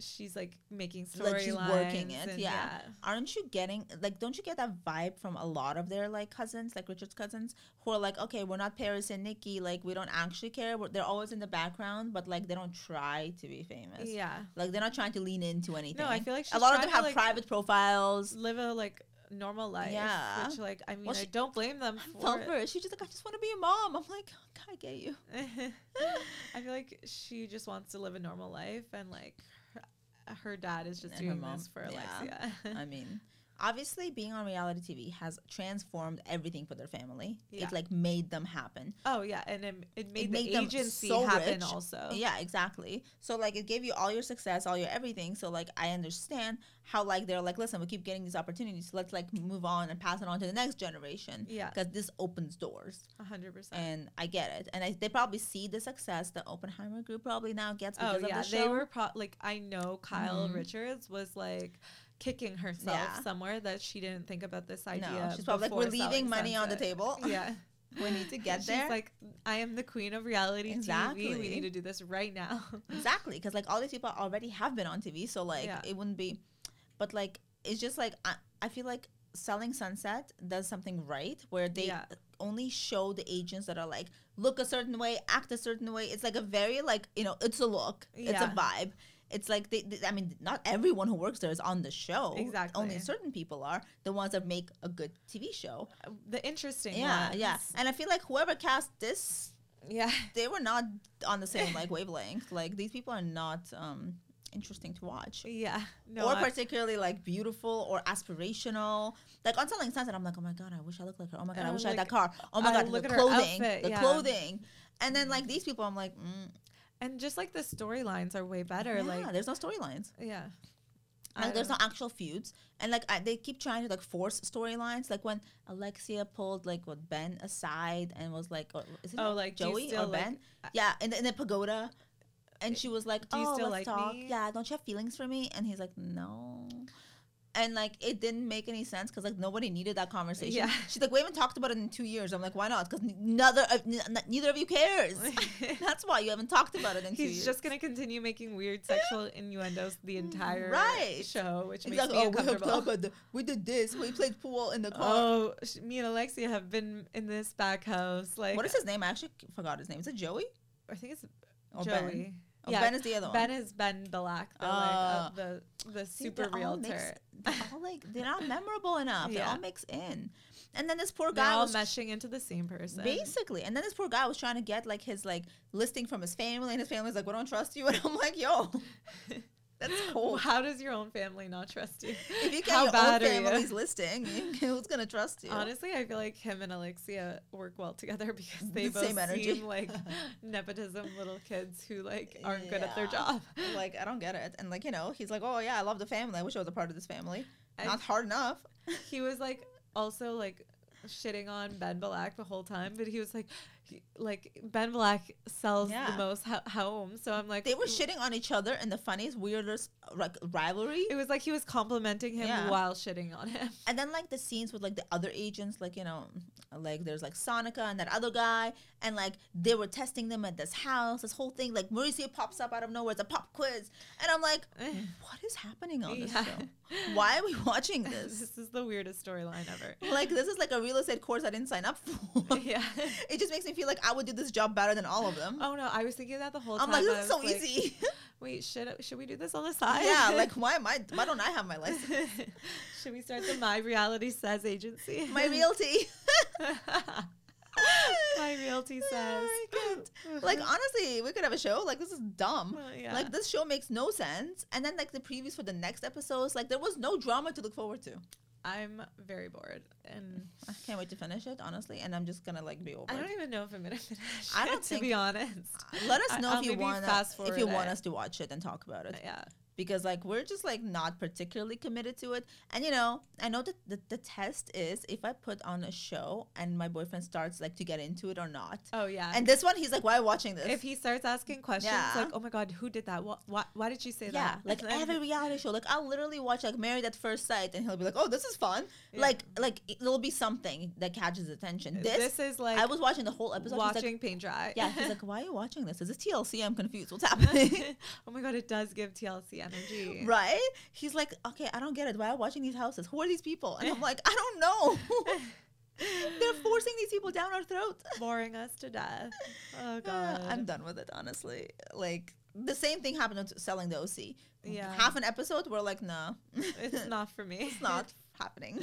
[SPEAKER 1] she's like making
[SPEAKER 2] Like, she's
[SPEAKER 1] storylines,
[SPEAKER 2] working it,
[SPEAKER 1] and
[SPEAKER 2] yeah. aren't you getting like don't you get that vibe from a lot of their like cousins like richard's cousins who are like okay we're not paris and nikki like we don't actually care we're, they're always in the background but like they don't try to be
[SPEAKER 1] yeah,
[SPEAKER 2] famous
[SPEAKER 1] yeah.
[SPEAKER 2] like they're not trying to lean into anything
[SPEAKER 1] No, I feel like she's
[SPEAKER 2] a lot of
[SPEAKER 1] trying
[SPEAKER 2] them
[SPEAKER 1] to,
[SPEAKER 2] have
[SPEAKER 1] like,
[SPEAKER 2] private profiles
[SPEAKER 1] live a like normal life.
[SPEAKER 2] Yeah.
[SPEAKER 1] which like I mean, I
[SPEAKER 2] she-
[SPEAKER 1] don't blame them
[SPEAKER 2] I
[SPEAKER 1] for
[SPEAKER 2] felt
[SPEAKER 1] it.
[SPEAKER 2] for it. She's just like, I just want to be a mom. I'm like, "Oh, God, I get you.
[SPEAKER 1] I feel like she just wants to live a normal life, and like her, her dad is just
[SPEAKER 2] And her
[SPEAKER 1] doing
[SPEAKER 2] mom,
[SPEAKER 1] this for
[SPEAKER 2] yeah.
[SPEAKER 1] Alexia.
[SPEAKER 2] I mean, obviously, being on reality TV has transformed everything for their family.
[SPEAKER 1] Yeah.
[SPEAKER 2] It like made them happen.
[SPEAKER 1] oh yeah, and it, it made
[SPEAKER 2] made
[SPEAKER 1] the
[SPEAKER 2] them
[SPEAKER 1] agency
[SPEAKER 2] so
[SPEAKER 1] happen
[SPEAKER 2] rich.
[SPEAKER 1] also.
[SPEAKER 2] Yeah, exactly. So like it gave you all your success, all your everything. So like I understand how like they're like, listen, we keep getting these opportunities. So let's like move on and pass it on to the next generation.
[SPEAKER 1] Yeah.
[SPEAKER 2] Because this opens doors.
[SPEAKER 1] a hundred percent.
[SPEAKER 2] And I get it. And I, they probably see the success the Oppenheimer group probably now gets because
[SPEAKER 1] Oh yeah,
[SPEAKER 2] of the show.
[SPEAKER 1] they were pro- like I know Kyle
[SPEAKER 2] Mhm.
[SPEAKER 1] Richards was like kicking herself
[SPEAKER 2] Yeah.
[SPEAKER 1] somewhere that she didn't think about this idea.
[SPEAKER 2] no, she's probably like,
[SPEAKER 1] before
[SPEAKER 2] we're leaving
[SPEAKER 1] Selling
[SPEAKER 2] money on the
[SPEAKER 1] Sunset."
[SPEAKER 2] table.
[SPEAKER 1] Yeah,
[SPEAKER 2] we need to get
[SPEAKER 1] she's
[SPEAKER 2] there.
[SPEAKER 1] like, I am the queen of reality TV. We
[SPEAKER 2] Exactly.
[SPEAKER 1] need to do this right now.
[SPEAKER 2] exactly because like all these people already have been on tv so like
[SPEAKER 1] Yeah.
[SPEAKER 2] it wouldn't be but like it's just like I, I feel like selling sunset does something right where they
[SPEAKER 1] Yeah.
[SPEAKER 2] only show the agents that are like look a certain way act a certain way it's like a very like you know it's a look it's
[SPEAKER 1] Yeah.
[SPEAKER 2] a vibe it's like they, they- i mean not everyone who works there is on the show
[SPEAKER 1] Exactly.
[SPEAKER 2] only certain people are the ones that make a good tv show
[SPEAKER 1] the interesting
[SPEAKER 2] yeah yeah
[SPEAKER 1] ones.
[SPEAKER 2] and i feel like whoever cast this
[SPEAKER 1] yeah.
[SPEAKER 2] they were not on the same like wavelength. Like these people are not um interesting to watch.
[SPEAKER 1] Yeah. No.
[SPEAKER 2] or
[SPEAKER 1] I-
[SPEAKER 2] particularly like beautiful or aspirational. Like on Selling Sunset, I'm like, oh my god, I wish I looked like her. Oh my god,
[SPEAKER 1] And
[SPEAKER 2] I
[SPEAKER 1] I'm
[SPEAKER 2] wish I had
[SPEAKER 1] like,
[SPEAKER 2] that car. Oh my
[SPEAKER 1] I
[SPEAKER 2] god,
[SPEAKER 1] look
[SPEAKER 2] the
[SPEAKER 1] at her
[SPEAKER 2] clothing,
[SPEAKER 1] outfit,
[SPEAKER 2] the
[SPEAKER 1] yeah.
[SPEAKER 2] clothing. And then like these people, I'm like, mm,
[SPEAKER 1] and just like the storylines are way better.
[SPEAKER 2] yeah,
[SPEAKER 1] Like
[SPEAKER 2] there's no storylines.
[SPEAKER 1] yeah. I
[SPEAKER 2] Like there's no
[SPEAKER 1] don't-
[SPEAKER 2] actual feuds, and like I, they keep trying to like force storylines. Like when Alexia pulled like what Ben aside and was like, or, is it
[SPEAKER 1] Oh, like, do you
[SPEAKER 2] Joey
[SPEAKER 1] still,
[SPEAKER 2] or
[SPEAKER 1] like-
[SPEAKER 2] Ben? yeah, in the, in the pagoda, and she was like,
[SPEAKER 1] Do you
[SPEAKER 2] "Oh,
[SPEAKER 1] still
[SPEAKER 2] let's
[SPEAKER 1] like
[SPEAKER 2] talk.
[SPEAKER 1] me?
[SPEAKER 2] Yeah, don't you have feelings for me?" And he's like, "No." And like it didn't make any sense because like nobody needed that conversation.
[SPEAKER 1] Yeah.
[SPEAKER 2] She's like, we haven't talked about it in two years. I'm like, why not? Because neither of, n- n- neither of you cares. That's why you haven't talked about it in two years.
[SPEAKER 1] He's just gonna continue making weird sexual innuendos the entire
[SPEAKER 2] Right.
[SPEAKER 1] show, which
[SPEAKER 2] He's
[SPEAKER 1] makes
[SPEAKER 2] like,
[SPEAKER 1] me
[SPEAKER 2] oh, we hooked
[SPEAKER 1] uncomfortable.
[SPEAKER 2] up. At the, we did this. We played pool in the car.
[SPEAKER 1] Oh, sh- me and Alexia have been in this back house. Like,
[SPEAKER 2] what is his name? I actually forgot his name. Is it Joey
[SPEAKER 1] I think it's
[SPEAKER 2] or Ben?
[SPEAKER 1] Joey.
[SPEAKER 2] Oh,
[SPEAKER 1] Yeah,
[SPEAKER 2] Ben is the other
[SPEAKER 1] Ben
[SPEAKER 2] one.
[SPEAKER 1] is Ben Belak, the, like, uh,
[SPEAKER 2] Oh.
[SPEAKER 1] the the
[SPEAKER 2] See,
[SPEAKER 1] super
[SPEAKER 2] they're all
[SPEAKER 1] realtor.
[SPEAKER 2] mixed- they're all like they're not memorable enough. They
[SPEAKER 1] Yeah.
[SPEAKER 2] all mix in, and then this poor
[SPEAKER 1] They're
[SPEAKER 2] guy
[SPEAKER 1] all
[SPEAKER 2] was
[SPEAKER 1] meshing into the same person.
[SPEAKER 2] Basically, and then this poor guy was trying to get like his like listing from his family, and his family's like, "We don't trust you." And I'm like, "Yo, that's cool.
[SPEAKER 1] How does your own family not trust you?
[SPEAKER 2] If you get
[SPEAKER 1] How
[SPEAKER 2] your own
[SPEAKER 1] bad are you?
[SPEAKER 2] family's listing, who's gonna trust you?"
[SPEAKER 1] Honestly, I feel like him and Alexia work well together because they
[SPEAKER 2] The
[SPEAKER 1] both
[SPEAKER 2] same energy.
[SPEAKER 1] seem like nepotism little kids who like aren't good at their
[SPEAKER 2] Yeah.
[SPEAKER 1] job.
[SPEAKER 2] Like, I don't get it. And like, you know, he's like, "Oh yeah, I love the family. I wish I was a part of this family."
[SPEAKER 1] I-
[SPEAKER 2] Not hard enough.
[SPEAKER 1] he was like also like shitting on Ben Black the whole time, but he was like, he- like Ben Black sells
[SPEAKER 2] Yeah.
[SPEAKER 1] the most ho- homes, so I'm like
[SPEAKER 2] They were shitting on each other in the funniest, weirdest like rivalry.
[SPEAKER 1] It was like he was complimenting him
[SPEAKER 2] Yeah.
[SPEAKER 1] while shitting on him.
[SPEAKER 2] And then like the scenes with like the other agents, like you know, like there's like Sonica and that other guy, and like they were testing them at this house, this whole thing. Like Mauricio pops up out of nowhere, it's a pop quiz, and I'm like, what is happening on this
[SPEAKER 1] Yeah.
[SPEAKER 2] show? Why are we watching
[SPEAKER 1] this.
[SPEAKER 2] this?
[SPEAKER 1] is the weirdest storyline ever.
[SPEAKER 2] like this is like a real estate course I didn't sign up for.
[SPEAKER 1] yeah.
[SPEAKER 2] it just makes me feel like I would do this job better than all of them.
[SPEAKER 1] Oh no, I was thinking that the whole
[SPEAKER 2] I'm
[SPEAKER 1] time.
[SPEAKER 2] like,
[SPEAKER 1] I
[SPEAKER 2] this is so
[SPEAKER 1] was like,
[SPEAKER 2] easy.
[SPEAKER 1] Wait, should should we do this on the side?
[SPEAKER 2] yeah, like why am I? Why don't I have my license?
[SPEAKER 1] should we start the My Reality Says agency?
[SPEAKER 2] My realty.
[SPEAKER 1] My Realty
[SPEAKER 2] Yeah,
[SPEAKER 1] Says.
[SPEAKER 2] I can't. like honestly, we could have a show. Like this is dumb.
[SPEAKER 1] Well, yeah.
[SPEAKER 2] Like this show makes no sense. And then like the previews for the next episodes, like there was no drama to look forward to.
[SPEAKER 1] I'm very bored, and
[SPEAKER 2] I can't wait to finish it, honestly. And I'm just gonna like be over.
[SPEAKER 1] I don't
[SPEAKER 2] it.
[SPEAKER 1] even know if I'm gonna finish.
[SPEAKER 2] I
[SPEAKER 1] it,
[SPEAKER 2] don't
[SPEAKER 1] to
[SPEAKER 2] think-
[SPEAKER 1] be honest.
[SPEAKER 2] Let us
[SPEAKER 1] I-
[SPEAKER 2] know
[SPEAKER 1] I'll
[SPEAKER 2] if you
[SPEAKER 1] maybe
[SPEAKER 2] want
[SPEAKER 1] fast
[SPEAKER 2] if
[SPEAKER 1] forward
[SPEAKER 2] you want
[SPEAKER 1] it.
[SPEAKER 2] us to watch it and talk about it
[SPEAKER 1] Yeah.
[SPEAKER 2] because like we're just like not particularly committed to it. And you know, I know that the, the test is if I put on a show and my boyfriend starts like to get into it or not.
[SPEAKER 1] Oh yeah.
[SPEAKER 2] And this one, he's like, "Why are you watching this?"
[SPEAKER 1] if he starts asking questions
[SPEAKER 2] Yeah.
[SPEAKER 1] like, "Oh my God, who did that? What? Why, why did you say
[SPEAKER 2] Yeah,
[SPEAKER 1] that?"
[SPEAKER 2] like
[SPEAKER 1] And then-
[SPEAKER 2] every reality show. Like I'll literally watch like Married at First Sight, and he'll be like, "Oh, this is fun."
[SPEAKER 1] Yeah.
[SPEAKER 2] Like, like it'll be something that catches his attention. This,
[SPEAKER 1] this, is like
[SPEAKER 2] I was watching the whole episode. He's like,
[SPEAKER 1] watching paint dry.
[SPEAKER 2] yeah, he's like, "Why are you watching this? Is this TLC? I'm confused. What's happening?"
[SPEAKER 1] oh my god, it does give TLC energy.
[SPEAKER 2] right? He's like, "Okay, I don't get it. Why are you watching these houses? Who are these people?" And I'm like, "I don't know. They're forcing these people down our throat."
[SPEAKER 1] Boring us to death. Oh
[SPEAKER 2] Uh,
[SPEAKER 1] god.
[SPEAKER 2] I'm done with it, honestly. Like the same thing happened with selling the OC.
[SPEAKER 1] Yeah.
[SPEAKER 2] half an episode, we're like, "Nah,
[SPEAKER 1] it's not for me.
[SPEAKER 2] it's not happening."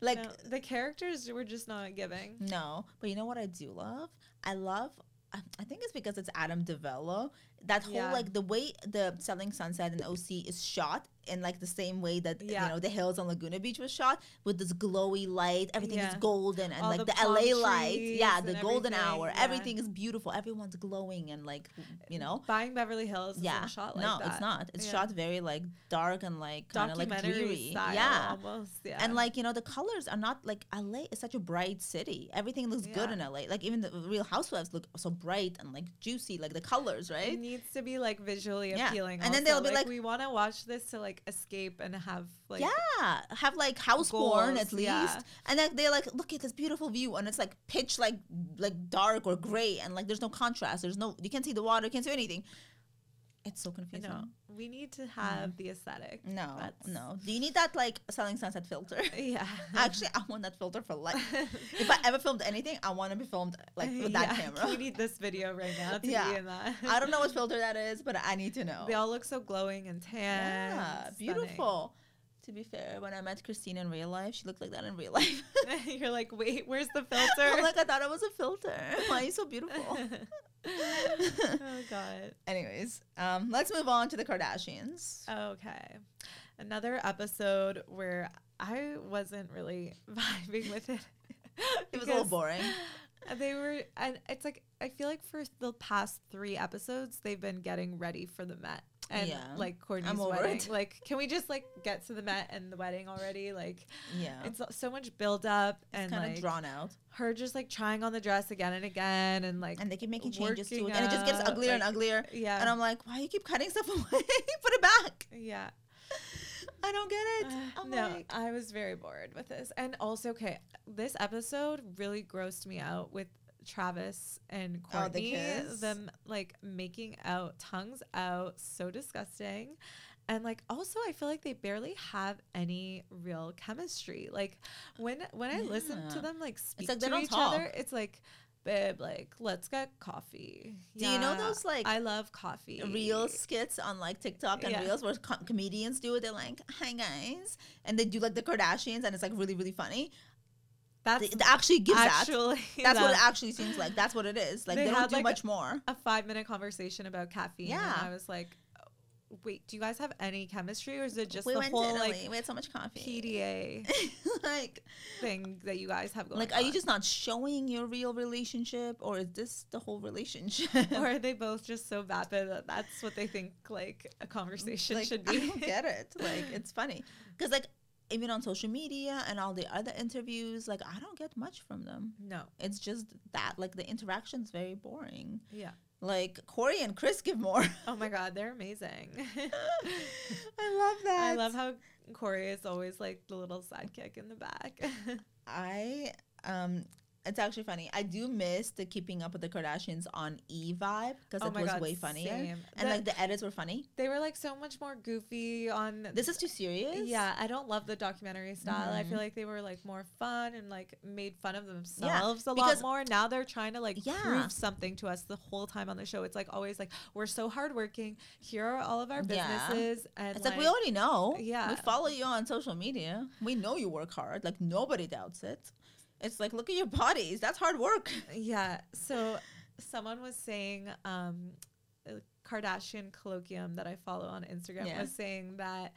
[SPEAKER 2] Like
[SPEAKER 1] No, the characters were just not giving.
[SPEAKER 2] No, but you know what I do love? I love. I I think it's because it's Adam Devello. That whole
[SPEAKER 1] Yeah.
[SPEAKER 2] like the way the Selling Sunset and OC is shot in like the same way that
[SPEAKER 1] Yeah.
[SPEAKER 2] you know the hills on Laguna Beach was shot with this glowy light. Everything is
[SPEAKER 1] Yeah.
[SPEAKER 2] golden and
[SPEAKER 1] All
[SPEAKER 2] like
[SPEAKER 1] the
[SPEAKER 2] the,
[SPEAKER 1] palm
[SPEAKER 2] LA lights.
[SPEAKER 1] trees
[SPEAKER 2] Yeah, the
[SPEAKER 1] and
[SPEAKER 2] golden
[SPEAKER 1] everything,
[SPEAKER 2] hour.
[SPEAKER 1] yeah.
[SPEAKER 2] Everything is beautiful. Everyone's glowing and like you know.
[SPEAKER 1] Buying Beverly Hills is
[SPEAKER 2] Yeah,
[SPEAKER 1] not shot like
[SPEAKER 2] no,
[SPEAKER 1] that.
[SPEAKER 2] it's not. It's
[SPEAKER 1] Yeah.
[SPEAKER 2] shot very like dark and like kind of like
[SPEAKER 1] Documentary
[SPEAKER 2] dreary.
[SPEAKER 1] style
[SPEAKER 2] Yeah,
[SPEAKER 1] almost. Yeah.
[SPEAKER 2] and like you know, the colors are not like LA is such a bright city. Everything looks good
[SPEAKER 1] Yeah.
[SPEAKER 2] in LA. Like even the Real Housewives look so bright and like juicy, like the colors,
[SPEAKER 1] it
[SPEAKER 2] right?
[SPEAKER 1] needs to be like visually
[SPEAKER 2] Yeah.
[SPEAKER 1] appealing.
[SPEAKER 2] And then
[SPEAKER 1] also.
[SPEAKER 2] they'll be like-
[SPEAKER 1] we want to watch this to like escape and have like
[SPEAKER 2] yeah, have like houseborn at
[SPEAKER 1] goals,
[SPEAKER 2] least,
[SPEAKER 1] yeah.
[SPEAKER 2] and like they're like, look at this beautiful view, and it's like pitch like like dark or gray, and like there's no contrast. There's no you can't see the water, you can't see anything. It's so
[SPEAKER 1] you
[SPEAKER 2] confusing.
[SPEAKER 1] know, we need to have the aesthetic.
[SPEAKER 2] No,
[SPEAKER 1] That's-
[SPEAKER 2] no. Do you need that like selling sunset filter?
[SPEAKER 1] Yeah.
[SPEAKER 2] Actually, I want that filter for life. if I ever filmed anything, I want to be filmed like with that
[SPEAKER 1] Yeah,
[SPEAKER 2] camera.
[SPEAKER 1] We need this video right now to
[SPEAKER 2] Yeah.
[SPEAKER 1] be in that.
[SPEAKER 2] I don't know what filter that is, but I need to know.
[SPEAKER 1] They all look so glowing and tan.
[SPEAKER 2] yeah,
[SPEAKER 1] stunning.
[SPEAKER 2] beautiful. To be fair, when I met Christine in real life, she looked like that in real life.
[SPEAKER 1] You're like, wait, where's the
[SPEAKER 2] I'm
[SPEAKER 1] filter?
[SPEAKER 2] like I thought it was a filter. Why are you so beautiful?
[SPEAKER 1] oh god.
[SPEAKER 2] Anyways, um, let's move on to the Kardashians.
[SPEAKER 1] Okay. Another episode where I wasn't really vibing with it.
[SPEAKER 2] It was a little
[SPEAKER 1] Uh, because
[SPEAKER 2] boring.
[SPEAKER 1] They were, and it's like I feel like for the past three episodes they've been getting ready for the Met and
[SPEAKER 2] Yeah.
[SPEAKER 1] like Courtney's
[SPEAKER 2] over
[SPEAKER 1] wedding.
[SPEAKER 2] it.
[SPEAKER 1] Like, can we just like get to the Met and the wedding already? Like,
[SPEAKER 2] Yeah,
[SPEAKER 1] it's so much build up and
[SPEAKER 2] it's kind of
[SPEAKER 1] like
[SPEAKER 2] drawn out,
[SPEAKER 1] her just like trying on the dress again and again and like
[SPEAKER 2] and they keep making changes to it,
[SPEAKER 1] working
[SPEAKER 2] and it just gets
[SPEAKER 1] out,
[SPEAKER 2] uglier and
[SPEAKER 1] like,
[SPEAKER 2] uglier.
[SPEAKER 1] yeah
[SPEAKER 2] And I'm like, why you keep cutting stuff away? Put it back.
[SPEAKER 1] yeah
[SPEAKER 2] I don't get it.
[SPEAKER 1] Uh,
[SPEAKER 2] I'm
[SPEAKER 1] no
[SPEAKER 2] like,
[SPEAKER 1] i was very bored with this and also okay this episode really grossed me out with travis and
[SPEAKER 2] Oh, the
[SPEAKER 1] courtney
[SPEAKER 2] kiss.
[SPEAKER 1] them like making out tongues out so disgusting and like also i feel like they barely have any real chemistry like when when i listen to
[SPEAKER 2] Yeah.
[SPEAKER 1] them like speak
[SPEAKER 2] like they
[SPEAKER 1] to
[SPEAKER 2] don't
[SPEAKER 1] each other it's like babe like let's get coffee
[SPEAKER 2] do you know
[SPEAKER 1] Yeah.
[SPEAKER 2] those like
[SPEAKER 1] I love coffee.
[SPEAKER 2] real skits on like TikTok and
[SPEAKER 1] Yeah.
[SPEAKER 2] reels where co- comedians do it. They're like, "Hi guys," and they do like the Kardashians, and it's like really really funny.
[SPEAKER 1] That's
[SPEAKER 2] They, they actually gives that.
[SPEAKER 1] actually
[SPEAKER 2] That's what it
[SPEAKER 1] that's
[SPEAKER 2] actually seems like. That's what it is. Like
[SPEAKER 1] They
[SPEAKER 2] they, don't
[SPEAKER 1] had,
[SPEAKER 2] do
[SPEAKER 1] like,
[SPEAKER 2] much more.
[SPEAKER 1] a five minute conversation about caffeine.
[SPEAKER 2] Yeah.
[SPEAKER 1] And I was like, wait, do you guys have any chemistry or is it just
[SPEAKER 2] we
[SPEAKER 1] the
[SPEAKER 2] went
[SPEAKER 1] whole
[SPEAKER 2] to Italy.
[SPEAKER 1] like
[SPEAKER 2] we had so much coffee.
[SPEAKER 1] PDA
[SPEAKER 2] like,
[SPEAKER 1] thing that you guys have going
[SPEAKER 2] like,
[SPEAKER 1] on?
[SPEAKER 2] are you just not showing your real relationship, or is this the whole relationship?
[SPEAKER 1] or are they both just so vapid that that's what they think like a conversation
[SPEAKER 2] like,
[SPEAKER 1] should
[SPEAKER 2] I
[SPEAKER 1] be?
[SPEAKER 2] don't get it. Like, it's funny because like even on social media and all the other interviews, like I don't get much from them.
[SPEAKER 1] No.
[SPEAKER 2] It's just that like the interaction's very boring.
[SPEAKER 1] Yeah.
[SPEAKER 2] Like Corey and Chris give more.
[SPEAKER 1] Oh my God, they're amazing.
[SPEAKER 2] I love that.
[SPEAKER 1] I love how Corey is always like the little sidekick in the back.
[SPEAKER 2] I um it's actually funny. I do miss the keeping up with the Kardashians on E vibe because
[SPEAKER 1] oh
[SPEAKER 2] it
[SPEAKER 1] my
[SPEAKER 2] was
[SPEAKER 1] God,
[SPEAKER 2] way funnier.
[SPEAKER 1] same.
[SPEAKER 2] And
[SPEAKER 1] The-
[SPEAKER 2] like the edits were funny.
[SPEAKER 1] they were like so much more goofy on
[SPEAKER 2] This is too serious.
[SPEAKER 1] Yeah, I don't love the documentary style. I
[SPEAKER 2] Mhm.
[SPEAKER 1] feel like they were like more fun and like made fun of themselves a lot
[SPEAKER 2] because-
[SPEAKER 1] more. Now they're trying to like
[SPEAKER 2] Yeah.
[SPEAKER 1] prove something to us the whole time on the show. It's like always like we're so hardworking. Here are all of our
[SPEAKER 2] Yeah.
[SPEAKER 1] businesses, and
[SPEAKER 2] It's like, we already know.
[SPEAKER 1] Yeah.
[SPEAKER 2] We follow you on social media. We know you work hard. Like nobody doubts it. It's like look at your bodies. That's hard work.
[SPEAKER 1] yeah. So someone was saying um, a Kardashian colloquium that I follow on Instagram
[SPEAKER 2] Yeah.
[SPEAKER 1] was saying that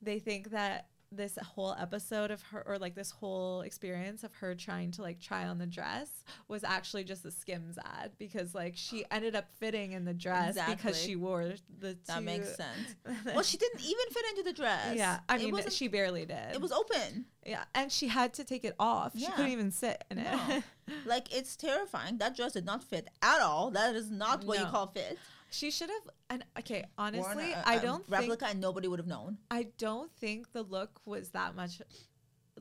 [SPEAKER 1] they think that this whole episode of her or like this whole experience of her trying to like try on the dress was actually just a Skims ad because like she ended up fitting in the dress because
[SPEAKER 2] Exactly.
[SPEAKER 1] she wore the
[SPEAKER 2] That
[SPEAKER 1] two-
[SPEAKER 2] makes sense. Well, she didn't even fit into the dress.
[SPEAKER 1] yeah, I
[SPEAKER 2] It
[SPEAKER 1] mean
[SPEAKER 2] wasn't-
[SPEAKER 1] she barely did.
[SPEAKER 2] it was open.
[SPEAKER 1] yeah, and she had to take it off. She
[SPEAKER 2] Yeah.
[SPEAKER 1] couldn't even sit in
[SPEAKER 2] No.
[SPEAKER 1] it.
[SPEAKER 2] Like it's terrifying. That dress did not fit at all. That is not what you
[SPEAKER 1] No.
[SPEAKER 2] call fit.
[SPEAKER 1] She should have. And okay,
[SPEAKER 2] Worn
[SPEAKER 1] honestly,
[SPEAKER 2] a-
[SPEAKER 1] I I
[SPEAKER 2] a
[SPEAKER 1] don't think
[SPEAKER 2] replica, and nobody would have known.
[SPEAKER 1] I don't think the look was that much,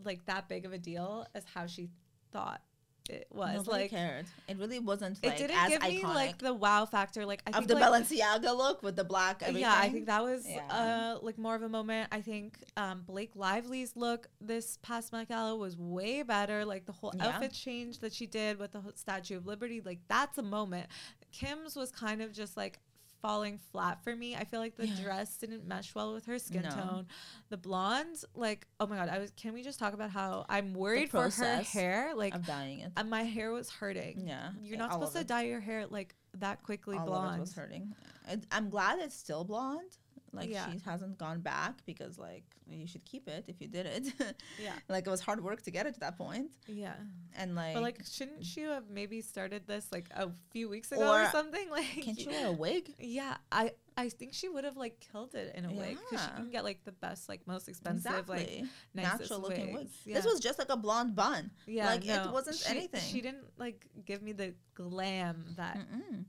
[SPEAKER 1] like that big of a deal as how she thought it was.
[SPEAKER 2] nobody
[SPEAKER 1] like
[SPEAKER 2] cared. It really wasn't.
[SPEAKER 1] it
[SPEAKER 2] Like,
[SPEAKER 1] didn't
[SPEAKER 2] as
[SPEAKER 1] give
[SPEAKER 2] iconic.
[SPEAKER 1] me like the wow factor. Like I
[SPEAKER 2] of
[SPEAKER 1] think
[SPEAKER 2] the
[SPEAKER 1] like,
[SPEAKER 2] Balenciaga look with the black. Everything.
[SPEAKER 1] yeah, I think that was
[SPEAKER 2] Yeah.
[SPEAKER 1] uh like more of a moment. I think um Blake Lively's look this past Met Gala was way better. Like the whole
[SPEAKER 2] Yeah.
[SPEAKER 1] outfit change that she did with the whole Statue of Liberty, like that's a moment. Kim's was kind of just like falling flat for me. I feel like the
[SPEAKER 2] Yeah.
[SPEAKER 1] dress didn't mesh well with her skin
[SPEAKER 2] No.
[SPEAKER 1] tone. The blonde, like oh my god, I was can we just talk about how I'm worried for her
[SPEAKER 2] process
[SPEAKER 1] hair? Like
[SPEAKER 2] I'm dying it.
[SPEAKER 1] uh, my hair was hurting.
[SPEAKER 2] Yeah,
[SPEAKER 1] You're
[SPEAKER 2] it-
[SPEAKER 1] not
[SPEAKER 2] all
[SPEAKER 1] supposed
[SPEAKER 2] of
[SPEAKER 1] to
[SPEAKER 2] it.
[SPEAKER 1] dye your hair like that quickly
[SPEAKER 2] All of it
[SPEAKER 1] blonde.
[SPEAKER 2] was hurting. I- I'm glad it's still blonde. Like
[SPEAKER 1] Yeah.
[SPEAKER 2] she hasn't gone back because like you should keep it if you did it.
[SPEAKER 1] Yeah.
[SPEAKER 2] like it was hard work to get it to that point.
[SPEAKER 1] Yeah.
[SPEAKER 2] And like, mm.
[SPEAKER 1] But like, shouldn't she have maybe started this like a few weeks ago or,
[SPEAKER 2] Or
[SPEAKER 1] something? Like,
[SPEAKER 2] can she wear a wig?
[SPEAKER 1] Yeah, I I think she would have like killed it in a wig because she
[SPEAKER 2] Yeah.
[SPEAKER 1] can get like the best, like most expensive, like
[SPEAKER 2] Exactly.
[SPEAKER 1] nicest
[SPEAKER 2] natural looking wig.
[SPEAKER 1] wigs. Yeah.
[SPEAKER 2] This was just like a blonde bun.
[SPEAKER 1] yeah,
[SPEAKER 2] like, it
[SPEAKER 1] no,
[SPEAKER 2] wasn't
[SPEAKER 1] she-
[SPEAKER 2] anything.
[SPEAKER 1] She didn't like give me the glam that
[SPEAKER 2] Mm-mm.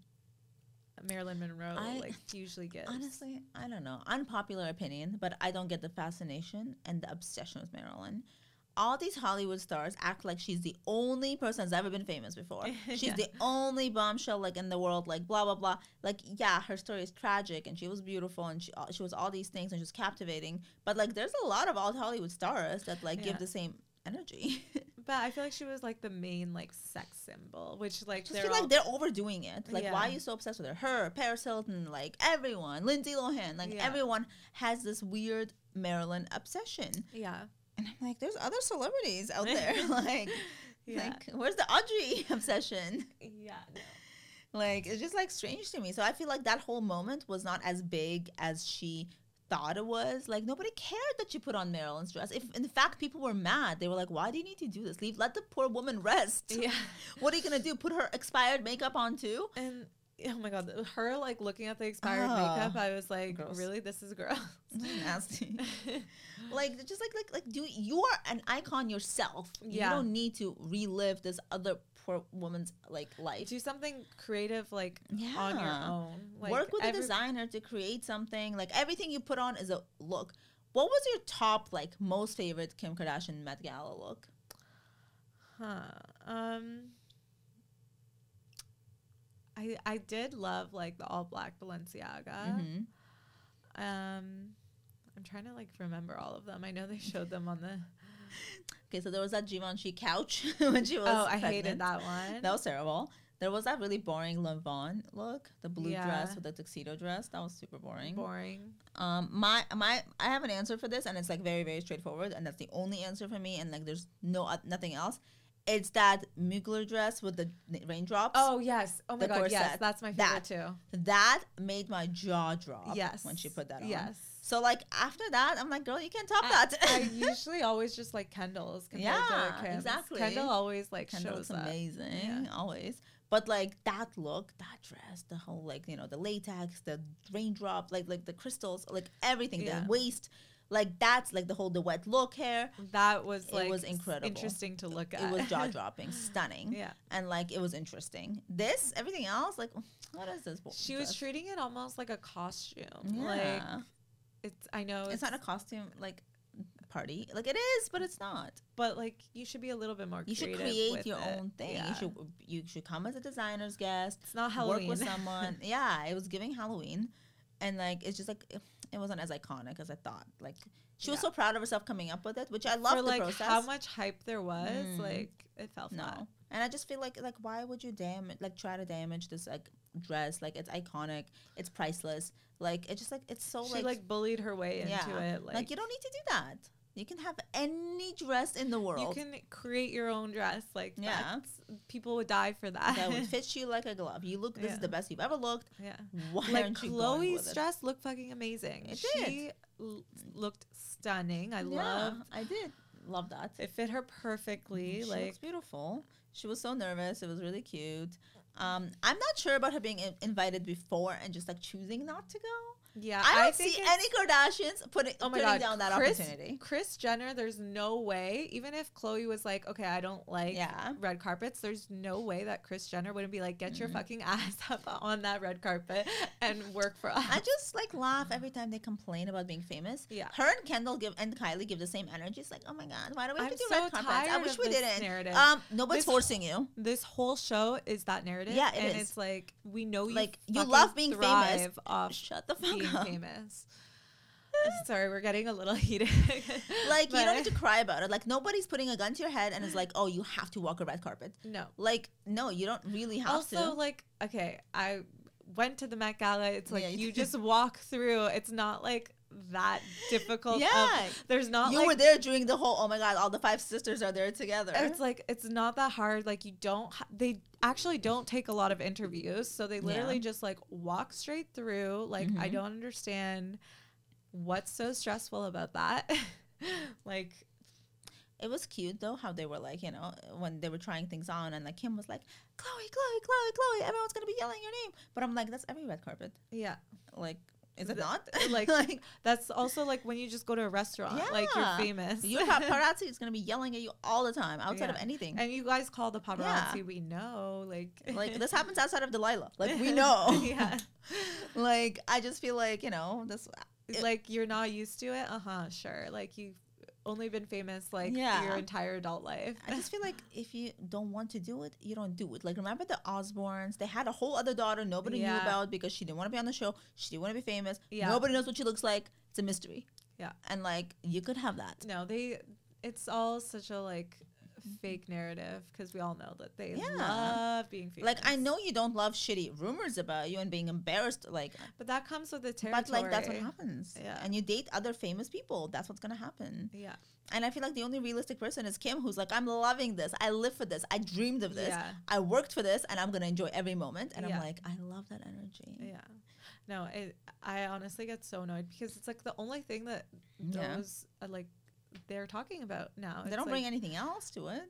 [SPEAKER 1] Marilyn Monroe
[SPEAKER 2] Mm. I-
[SPEAKER 1] like usually gives.
[SPEAKER 2] Honestly, I don't know. Unpopular opinion, but I don't get the fascination and the obsession with Marilyn. All these Hollywood stars act like she's the only person that's ever been famous before. She's
[SPEAKER 1] Yeah.
[SPEAKER 2] the only bombshell like in the world, like blah blah blah. Like yeah, her story is tragic, and she was beautiful, and she she was all these things, and she was captivating. But like, there's a lot of old Hollywood stars that like
[SPEAKER 1] Yeah.
[SPEAKER 2] give the same energy.
[SPEAKER 1] but I feel like she was like the main like sex symbol, which like
[SPEAKER 2] just
[SPEAKER 1] they're
[SPEAKER 2] feel
[SPEAKER 1] all,
[SPEAKER 2] like they're overdoing it. Like, why are
[SPEAKER 1] Yeah.
[SPEAKER 2] you so obsessed with her? Her, Paris Hilton, like everyone, Lindsay Lohan, like
[SPEAKER 1] Yeah.
[SPEAKER 2] everyone has this weird Marilyn obsession.
[SPEAKER 1] yeah,
[SPEAKER 2] And I'm like, there's other celebrities out there. like,
[SPEAKER 1] yeah,
[SPEAKER 2] like, where's the Audrey obsession?
[SPEAKER 1] yeah. no.
[SPEAKER 2] Like, it's just like strange to me. So I feel like that whole moment was not as big as she thought it was. Like, nobody cared that she put on Marilyn's dress. If in fact people were mad, they were like, why do you need to do this? Leave, let the poor woman rest.
[SPEAKER 1] yeah.
[SPEAKER 2] What are you gonna do? Put her expired makeup on too?
[SPEAKER 1] And oh my god, th- her like looking at the expired
[SPEAKER 2] Ah,
[SPEAKER 1] makeup, I was like,
[SPEAKER 2] gross.
[SPEAKER 1] really, this is gross.
[SPEAKER 2] nasty. like just like like like do you are an icon yourself.
[SPEAKER 1] Yeah.
[SPEAKER 2] You don't need to relive this other poor woman's like life.
[SPEAKER 1] Do something creative, like on your
[SPEAKER 2] Yeah.
[SPEAKER 1] own. Like,
[SPEAKER 2] Work with a
[SPEAKER 1] every-
[SPEAKER 2] designer to create something. Like everything you put on is a look. What was your top like most favorite Kim Kardashian Met Gala look?
[SPEAKER 1] Huh. Um. I I did love like the all black Balenciaga.
[SPEAKER 2] Mhm.
[SPEAKER 1] Um. I'm trying to like remember all of them. I know they showed them on the.
[SPEAKER 2] Okay, so there was that Givenchy couch when she was.
[SPEAKER 1] Oh, I
[SPEAKER 2] pregnant.
[SPEAKER 1] hated that one.
[SPEAKER 2] That was terrible. There was that really boring Lavon look, the blue
[SPEAKER 1] Yeah.
[SPEAKER 2] dress with the tuxedo dress. That was super
[SPEAKER 1] boring.
[SPEAKER 2] Um, my my I have an answer for this, and it's like very very straightforward, and that's the only answer for me, and like there's no oth- nothing else. It's that Mugler dress with the n- raindrops.
[SPEAKER 1] Oh yes. Oh my
[SPEAKER 2] The
[SPEAKER 1] god. Yes,
[SPEAKER 2] corset.
[SPEAKER 1] that's my favorite
[SPEAKER 2] That.
[SPEAKER 1] too.
[SPEAKER 2] that made my jaw drop.
[SPEAKER 1] Yes.
[SPEAKER 2] when she put that on.
[SPEAKER 1] Yes.
[SPEAKER 2] So like after that, I'm like, girl, you can't top
[SPEAKER 1] I,
[SPEAKER 2] that.
[SPEAKER 1] I usually always just like Kendall's compared
[SPEAKER 2] Yeah,
[SPEAKER 1] to Kim's.
[SPEAKER 2] exactly.
[SPEAKER 1] Kendall always like
[SPEAKER 2] Kendall
[SPEAKER 1] shows
[SPEAKER 2] looks
[SPEAKER 1] up.
[SPEAKER 2] amazing
[SPEAKER 1] Yeah.
[SPEAKER 2] always. But like that look, that dress, the whole like you know the latex, the raindrop, like like the crystals, like everything,
[SPEAKER 1] Yeah.
[SPEAKER 2] the waist, Like that's like the whole the wet look hair.
[SPEAKER 1] That was
[SPEAKER 2] It
[SPEAKER 1] like
[SPEAKER 2] was
[SPEAKER 1] s-
[SPEAKER 2] incredible.
[SPEAKER 1] interesting to look at.
[SPEAKER 2] It was Mm-hmm. jaw dropping, stunning.
[SPEAKER 1] yeah.
[SPEAKER 2] And like it was interesting. This, everything else, like what is this? bull-
[SPEAKER 1] She was
[SPEAKER 2] dress?
[SPEAKER 1] treating it almost like a costume. Like
[SPEAKER 2] Yeah.
[SPEAKER 1] it's I know
[SPEAKER 2] it's not a costume like party. Like it is, but it's not.
[SPEAKER 1] but like you should be a little bit more
[SPEAKER 2] You should
[SPEAKER 1] creative
[SPEAKER 2] create
[SPEAKER 1] with
[SPEAKER 2] your
[SPEAKER 1] it.
[SPEAKER 2] own thing.
[SPEAKER 1] Yeah.
[SPEAKER 2] You should you should come as a designer's guest.
[SPEAKER 1] It's not Halloween.
[SPEAKER 2] Work with someone. yeah, it was giving Halloween, and like it's just like it wasn't as iconic as I thought. Like she was
[SPEAKER 1] Yeah.
[SPEAKER 2] so proud of herself coming up with it, which I love
[SPEAKER 1] For
[SPEAKER 2] the
[SPEAKER 1] like
[SPEAKER 2] process.
[SPEAKER 1] how much hype there was,
[SPEAKER 2] Mm.
[SPEAKER 1] like it fell flat.
[SPEAKER 2] no, and I just feel like like why would you damage like try to damage this like dress? Like it's iconic, it's priceless. Like it's just like it's so
[SPEAKER 1] she
[SPEAKER 2] like,
[SPEAKER 1] like, bullied her way into
[SPEAKER 2] Yeah.
[SPEAKER 1] it. Like,
[SPEAKER 2] like you don't need to do that. You can have any dress in the world.
[SPEAKER 1] you can create your own dress. Like
[SPEAKER 2] Yeah.
[SPEAKER 1] that's- people would die for that.
[SPEAKER 2] that would fit you like a glove. You look. This
[SPEAKER 1] Yeah.
[SPEAKER 2] is the best you've ever looked.
[SPEAKER 1] yeah.
[SPEAKER 2] Why
[SPEAKER 1] like
[SPEAKER 2] aren't you going with
[SPEAKER 1] Chloe's
[SPEAKER 2] it?
[SPEAKER 1] dress looked fucking amazing.
[SPEAKER 2] It
[SPEAKER 1] she
[SPEAKER 2] did.
[SPEAKER 1] l- looked stunning. I
[SPEAKER 2] Yeah,
[SPEAKER 1] love
[SPEAKER 2] I did love that.
[SPEAKER 1] it fit her perfectly.
[SPEAKER 2] Mm, She
[SPEAKER 1] like
[SPEAKER 2] looks beautiful. She was so nervous. It was really cute. Um, I'm not sure about her being in- invited before and just like choosing not to go.
[SPEAKER 1] yeah,
[SPEAKER 2] I don't
[SPEAKER 1] think
[SPEAKER 2] see
[SPEAKER 1] it's-
[SPEAKER 2] any Kardashians putting
[SPEAKER 1] Oh my
[SPEAKER 2] putting
[SPEAKER 1] god,
[SPEAKER 2] down that
[SPEAKER 1] Chris,
[SPEAKER 2] opportunity.
[SPEAKER 1] Chris Jenner, there's no way. Even if Chloe was like, okay, I don't like
[SPEAKER 2] Yeah.
[SPEAKER 1] red carpets, there's no way that Chris Jenner wouldn't be like, get your
[SPEAKER 2] Mm.
[SPEAKER 1] fucking ass up on that red carpet and work for us.
[SPEAKER 2] I just like laugh every time they complain about being famous.
[SPEAKER 1] Yeah.
[SPEAKER 2] Her and Kendall give and Kylie give the same energy. It's like, oh my god, why do we have
[SPEAKER 1] I'm
[SPEAKER 2] to do
[SPEAKER 1] so
[SPEAKER 2] red carpets? I
[SPEAKER 1] tired
[SPEAKER 2] wish
[SPEAKER 1] of
[SPEAKER 2] we
[SPEAKER 1] this
[SPEAKER 2] didn't.
[SPEAKER 1] narrative.
[SPEAKER 2] Um, nobody's
[SPEAKER 1] This-
[SPEAKER 2] forcing you.
[SPEAKER 1] this whole show is that narrative.
[SPEAKER 2] Yeah, it
[SPEAKER 1] and
[SPEAKER 2] is.
[SPEAKER 1] it's like we know you
[SPEAKER 2] Like, you
[SPEAKER 1] fucking
[SPEAKER 2] love being famous.
[SPEAKER 1] thrive off
[SPEAKER 2] Shut the fuck
[SPEAKER 1] being
[SPEAKER 2] up.
[SPEAKER 1] famous. Sorry, we're getting a little heated.
[SPEAKER 2] Like you don't
[SPEAKER 1] But-
[SPEAKER 2] need to cry about it. Like nobody's putting a gun to your head and it's like, oh, you have to walk a red carpet.
[SPEAKER 1] no.
[SPEAKER 2] Like no, you don't really have
[SPEAKER 1] also
[SPEAKER 2] to.
[SPEAKER 1] like okay i went to the met gala it's like
[SPEAKER 2] Yeah, you
[SPEAKER 1] you
[SPEAKER 2] did.
[SPEAKER 1] just walk through it's not like that difficult of-
[SPEAKER 2] Yeah.
[SPEAKER 1] there's not
[SPEAKER 2] you
[SPEAKER 1] like
[SPEAKER 2] were there during the whole. Oh my god, all the five sisters are there together.
[SPEAKER 1] it's like it's not that hard like you don't ha- they actually don't take a lot of interviews so they
[SPEAKER 2] Yeah.
[SPEAKER 1] literally just like walk straight through like i
[SPEAKER 2] Mhm.
[SPEAKER 1] don't understand what's so stressful about that like
[SPEAKER 2] it was cute though how they were like, you know, when they were trying things on and like Kim was like, Chloe, Chloe, Chloe, Chloe, everyone's gonna be yelling your name. But I'm like, that's every red carpet.
[SPEAKER 1] yeah
[SPEAKER 2] Like, is it
[SPEAKER 1] The-
[SPEAKER 2] not?
[SPEAKER 1] like, that's also like when you just go to a restaurant like you're
[SPEAKER 2] Yeah.
[SPEAKER 1] famous
[SPEAKER 2] your paparazzi is gonna be yelling at you all the time outside of
[SPEAKER 1] Yeah.
[SPEAKER 2] anything.
[SPEAKER 1] and you guys call the paparazzi
[SPEAKER 2] Yeah.
[SPEAKER 1] we know like
[SPEAKER 2] like this happens outside of Delilah. Like we know.
[SPEAKER 1] yeah.
[SPEAKER 2] Like I just feel like you know this. It-
[SPEAKER 1] like you're not used to it. Uh huh. Sure. Like you've only been famous like
[SPEAKER 2] Yeah.
[SPEAKER 1] your entire adult life.
[SPEAKER 2] I just feel like if you don't want to do it, you don't do it. Like remember the Osbournes? They had a whole other daughter nobody knew
[SPEAKER 1] Yeah.
[SPEAKER 2] about because she didn't want to be on the show. She didn't want to be famous.
[SPEAKER 1] Yeah.
[SPEAKER 2] Nobody knows what she looks like. It's a mystery.
[SPEAKER 1] Yeah.
[SPEAKER 2] And like you could have that.
[SPEAKER 1] no, they. It's all such a like fake narrative because we all know that they
[SPEAKER 2] Mm-hmm. Yeah.
[SPEAKER 1] love being famous.
[SPEAKER 2] Like I know you don't love shitty rumors about you and being embarrassed. Like,
[SPEAKER 1] but that comes with the territory.
[SPEAKER 2] but like that's what happens.
[SPEAKER 1] Yeah.
[SPEAKER 2] And you date other famous people. That's what's gonna happen.
[SPEAKER 1] Yeah.
[SPEAKER 2] And I feel like the only realistic person is Kim, who's like, I'm loving this. I live for this. I dreamed of this.
[SPEAKER 1] Yeah.
[SPEAKER 2] I worked for this, and I'm gonna enjoy every moment. And
[SPEAKER 1] Yeah.
[SPEAKER 2] I'm like, I love that energy.
[SPEAKER 1] Yeah. No, it, I honestly get so annoyed because it's like the only thing that
[SPEAKER 2] Yeah.
[SPEAKER 1] those uh, like they're talking about now.
[SPEAKER 2] They don't bring anything else to it.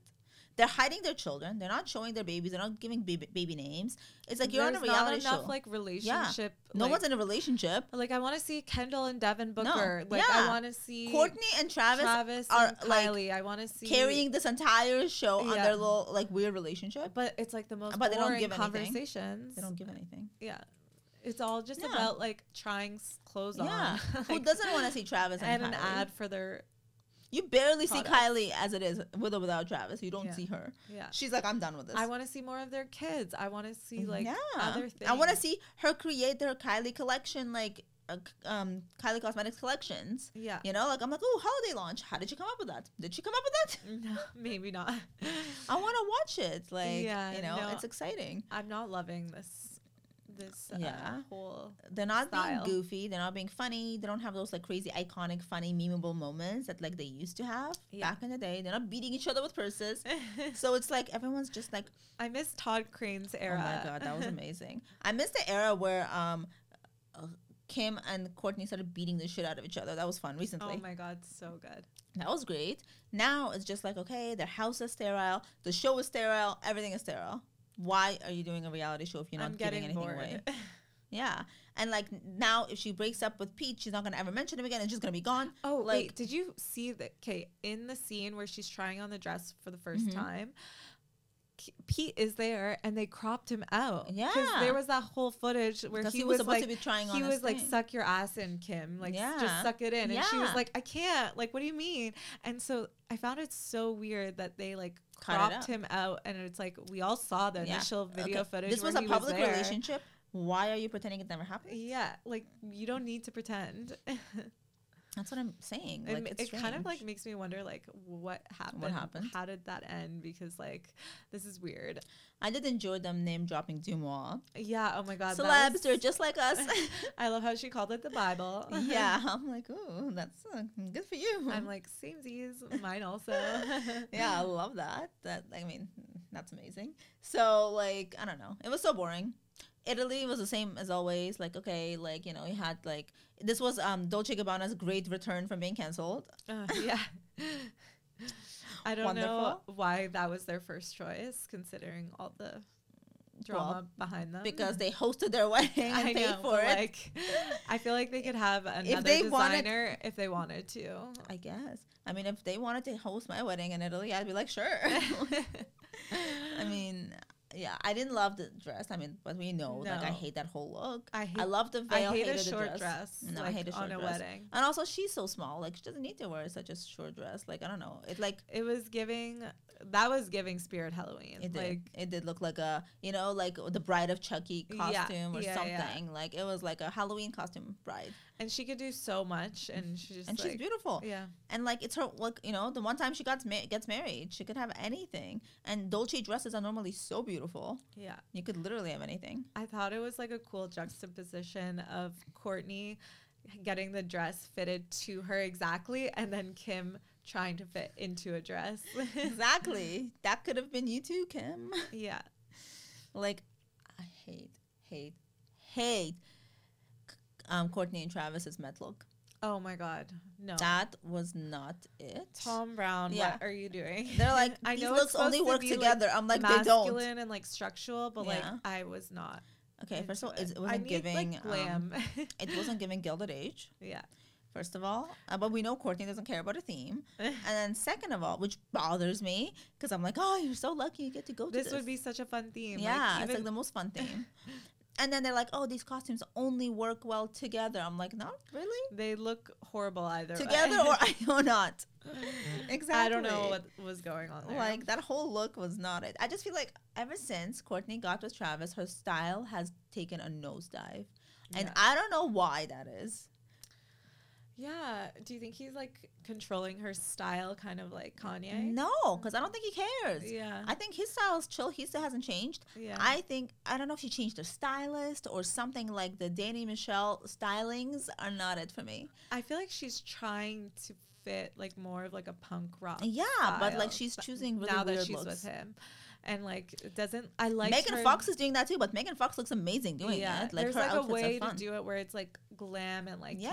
[SPEAKER 2] They're hiding their children. They're not showing their babies. They're not giving baby, baby names. It's like you're on a reality
[SPEAKER 1] not enough
[SPEAKER 2] show.
[SPEAKER 1] like relationship.
[SPEAKER 2] no
[SPEAKER 1] like,
[SPEAKER 2] one's in a relationship.
[SPEAKER 1] Like I want to see Kendall and Devin
[SPEAKER 2] No.
[SPEAKER 1] Booker. Like I
[SPEAKER 2] Yeah.
[SPEAKER 1] want to see
[SPEAKER 2] Courtney and Travis,
[SPEAKER 1] Travis
[SPEAKER 2] are,
[SPEAKER 1] and
[SPEAKER 2] like,
[SPEAKER 1] Kylie. I want to see
[SPEAKER 2] carrying this entire show on
[SPEAKER 1] Yeah.
[SPEAKER 2] their little like weird relationship.
[SPEAKER 1] But it's like the most
[SPEAKER 2] But they don't
[SPEAKER 1] boring
[SPEAKER 2] give anything.
[SPEAKER 1] conversations.
[SPEAKER 2] They don't give anything.
[SPEAKER 1] Yeah, it's all just
[SPEAKER 2] Yeah.
[SPEAKER 1] about like trying s- clothes
[SPEAKER 2] Yeah.
[SPEAKER 1] on.
[SPEAKER 2] Who
[SPEAKER 1] Like,
[SPEAKER 2] doesn't want to see Travis
[SPEAKER 1] And
[SPEAKER 2] and,
[SPEAKER 1] an
[SPEAKER 2] Kylie?
[SPEAKER 1] ad for their
[SPEAKER 2] You barely
[SPEAKER 1] products.
[SPEAKER 2] see Kylie as it is with or without Travis. You don't
[SPEAKER 1] Yeah.
[SPEAKER 2] see her.
[SPEAKER 1] yeah.
[SPEAKER 2] She's like, I'm done with this.
[SPEAKER 1] I want to see more of their kids. I want to see like
[SPEAKER 2] Mm-hmm. yeah.
[SPEAKER 1] other things.
[SPEAKER 2] I want to see her create their Kylie collection, like uh, c- um, Kylie Cosmetics collections.
[SPEAKER 1] Yeah.
[SPEAKER 2] You know, like I'm like, oh, holiday launch. How did you come up with that? Did she come up with that?
[SPEAKER 1] No, maybe not.
[SPEAKER 2] I want to watch it. Like,
[SPEAKER 1] Yeah,
[SPEAKER 2] you know,
[SPEAKER 1] no.
[SPEAKER 2] it's exciting.
[SPEAKER 1] I'm not loving this. This uh,
[SPEAKER 2] Yeah.
[SPEAKER 1] whole
[SPEAKER 2] They're not
[SPEAKER 1] Style.
[SPEAKER 2] being goofy. They're not being funny. They don't have those like crazy, iconic, funny, memeable moments that like they used to have
[SPEAKER 1] Yeah.
[SPEAKER 2] back in the day. They're not beating each other with purses. so it's like everyone's just like,
[SPEAKER 1] I miss Todd Crane's era.
[SPEAKER 2] oh my god, that was amazing. I miss the era where um, uh, Kim and Courtney started beating the shit out of each other. That was fun recently.
[SPEAKER 1] Oh my god, so good.
[SPEAKER 2] That was great. Now it's just like, okay, their house is sterile, the show is sterile, everything is sterile. Why are you doing a reality show if you're not
[SPEAKER 1] I'm
[SPEAKER 2] giving
[SPEAKER 1] getting
[SPEAKER 2] anything
[SPEAKER 1] bored.
[SPEAKER 2] away? Yeah. And like now, if she breaks up with Pete, she's not gonna ever mention him again, and she's gonna be gone.
[SPEAKER 1] Oh,
[SPEAKER 2] like,
[SPEAKER 1] wait, did you see that? Okay, in the scene where she's trying on the dress for the 1st
[SPEAKER 2] Mhm.
[SPEAKER 1] time, K- Pete is there and they cropped him out.
[SPEAKER 2] Yeah.
[SPEAKER 1] there was that whole footage where
[SPEAKER 2] because
[SPEAKER 1] he,
[SPEAKER 2] he,
[SPEAKER 1] was,
[SPEAKER 2] was, supposed
[SPEAKER 1] like,
[SPEAKER 2] to be trying on.
[SPEAKER 1] he
[SPEAKER 2] this
[SPEAKER 1] was like,
[SPEAKER 2] thing.
[SPEAKER 1] suck your ass in, Kim. Like, s-
[SPEAKER 2] Yeah.
[SPEAKER 1] just suck it in. And she was
[SPEAKER 2] Yeah.
[SPEAKER 1] like, I can't. Like, what do you mean? And so I found it so weird that they like
[SPEAKER 2] Cut it
[SPEAKER 1] cropped
[SPEAKER 2] out.
[SPEAKER 1] him out. And it's like, we all saw the
[SPEAKER 2] Yeah.
[SPEAKER 1] initial video
[SPEAKER 2] Okay,
[SPEAKER 1] footage.
[SPEAKER 2] This
[SPEAKER 1] where
[SPEAKER 2] was a
[SPEAKER 1] he
[SPEAKER 2] public
[SPEAKER 1] there.
[SPEAKER 2] relationship. Why are you pretending it never happened?
[SPEAKER 1] Yeah, like you don't need to pretend.
[SPEAKER 2] That's what I'm saying.
[SPEAKER 1] It,
[SPEAKER 2] Like,
[SPEAKER 1] ma-
[SPEAKER 2] it's
[SPEAKER 1] it kind of
[SPEAKER 2] strange.
[SPEAKER 1] like makes me wonder like what happened
[SPEAKER 2] happened?
[SPEAKER 1] how did that end because like this is weird
[SPEAKER 2] I did enjoy them name dropping Dumois.
[SPEAKER 1] yeah oh my god that
[SPEAKER 2] Celebs,
[SPEAKER 1] was-
[SPEAKER 2] they're just like us.
[SPEAKER 1] i love how she called it the bible
[SPEAKER 2] yeah, I'm like, ooh, that's uh, good for you.
[SPEAKER 1] i'm like samesies mine also
[SPEAKER 2] yeah, I love that. That I mean, that's amazing. So like, I don't know. It was so boring. Italy was the same as always. Like, okay, like you know, you had like this was um Dolce Gabbana's great return from being canceled.
[SPEAKER 1] Uh, yeah i don't know
[SPEAKER 2] Wonderful.
[SPEAKER 1] why that was their first choice considering all the drama behind them
[SPEAKER 2] because they hosted their wedding and
[SPEAKER 1] Oh, I
[SPEAKER 2] paid
[SPEAKER 1] know,
[SPEAKER 2] for
[SPEAKER 1] but,
[SPEAKER 2] it.
[SPEAKER 1] Like, I feel like they could have another
[SPEAKER 2] they wanted-
[SPEAKER 1] designer if they wanted to.
[SPEAKER 2] I guess. I mean, if they wanted to host my wedding in Italy, I'd be like, sure. I mean, yeah, I didn't love the dress. I mean, but we know, like, I
[SPEAKER 1] No.
[SPEAKER 2] hate that whole look.
[SPEAKER 1] I
[SPEAKER 2] I
[SPEAKER 1] hate-
[SPEAKER 2] love the veil.
[SPEAKER 1] I hate a
[SPEAKER 2] hated the
[SPEAKER 1] short dress.
[SPEAKER 2] No, I
[SPEAKER 1] like,
[SPEAKER 2] hate a short
[SPEAKER 1] on a
[SPEAKER 2] dress.
[SPEAKER 1] wedding.
[SPEAKER 2] And also, she's so small. Like, she doesn't need to wear such a short dress. Like, I don't know. It like
[SPEAKER 1] It was giving. That was giving Spirit Halloween.
[SPEAKER 2] it
[SPEAKER 1] like
[SPEAKER 2] did. It did look like a you know like the bride of Chucky
[SPEAKER 1] Yeah,
[SPEAKER 2] costume or
[SPEAKER 1] yeah, yeah.
[SPEAKER 2] something. Like it was like a Halloween costume bride,
[SPEAKER 1] and she could do so much, and she just
[SPEAKER 2] and she's
[SPEAKER 1] like-
[SPEAKER 2] beautiful.
[SPEAKER 1] Yeah,
[SPEAKER 2] and like it's her like you know the one time she got ma- gets married she could have anything and dolce dresses are normally so beautiful
[SPEAKER 1] yeah.
[SPEAKER 2] you could literally have anything
[SPEAKER 1] I thought it was like a cool juxtaposition of Courtney getting the dress fitted to her exactly, and then Kim trying to fit into a dress.
[SPEAKER 2] exactly that could have been you too kim
[SPEAKER 1] yeah,
[SPEAKER 2] like i hate hate hate c- um courtney and travis's met look
[SPEAKER 1] Oh my God. No.
[SPEAKER 2] that was not it
[SPEAKER 1] Tom Brown,
[SPEAKER 2] Yeah.
[SPEAKER 1] what are you doing?
[SPEAKER 2] they're like
[SPEAKER 1] I
[SPEAKER 2] these
[SPEAKER 1] know it's
[SPEAKER 2] looks only
[SPEAKER 1] supposed to
[SPEAKER 2] work
[SPEAKER 1] be, like,
[SPEAKER 2] together i'm like they
[SPEAKER 1] masculine
[SPEAKER 2] don't
[SPEAKER 1] and like structural, but
[SPEAKER 2] Yeah.
[SPEAKER 1] like I was not.
[SPEAKER 2] okay first of all
[SPEAKER 1] into it.
[SPEAKER 2] it it
[SPEAKER 1] I
[SPEAKER 2] wasn't
[SPEAKER 1] need,
[SPEAKER 2] giving
[SPEAKER 1] like, glam.
[SPEAKER 2] um it wasn't giving gilded age
[SPEAKER 1] yeah.
[SPEAKER 2] First of all, uh, but we know Courtney doesn't care about a theme. and then second of all, which bothers me because I'm like, oh, you're so lucky you get to go to this.
[SPEAKER 1] This would be such a fun theme.
[SPEAKER 2] yeah,
[SPEAKER 1] Like,
[SPEAKER 2] it's like
[SPEAKER 1] even,
[SPEAKER 2] the most fun theme. and then they're like, oh, these costumes only work well together. I'm like, not really
[SPEAKER 1] they look horrible either. way.
[SPEAKER 2] together or I or not. exactly.
[SPEAKER 1] I don't know what was going on there.
[SPEAKER 2] Like that whole look was not it. I just feel like ever since Courtney got with Travis, her style has taken a nosedive, and
[SPEAKER 1] Yeah.
[SPEAKER 2] I don't know why that is.
[SPEAKER 1] yeah. Do you think he's like controlling her style, kind of like Kanye?
[SPEAKER 2] No, because I don't think he cares.
[SPEAKER 1] Yeah.
[SPEAKER 2] I think his style is chill. He still hasn't changed.
[SPEAKER 1] yeah.
[SPEAKER 2] I think I don't know if she changed her stylist or something like the Danny Michelle stylings are not it for me.
[SPEAKER 1] I feel like she's trying to fit like more of like a punk rock.
[SPEAKER 2] Yeah, but
[SPEAKER 1] style,
[SPEAKER 2] like she's
[SPEAKER 1] but
[SPEAKER 2] choosing really
[SPEAKER 1] now
[SPEAKER 2] weird
[SPEAKER 1] that she's
[SPEAKER 2] looks.
[SPEAKER 1] with him, and like it doesn't I like
[SPEAKER 2] Megan
[SPEAKER 1] her,
[SPEAKER 2] Fox is doing that too, but Megan Fox looks amazing doing
[SPEAKER 1] yeah,
[SPEAKER 2] it. Like
[SPEAKER 1] there's
[SPEAKER 2] her
[SPEAKER 1] like a
[SPEAKER 2] outfits
[SPEAKER 1] way
[SPEAKER 2] are fun.
[SPEAKER 1] to do it where it's like glam and like
[SPEAKER 2] Yeah.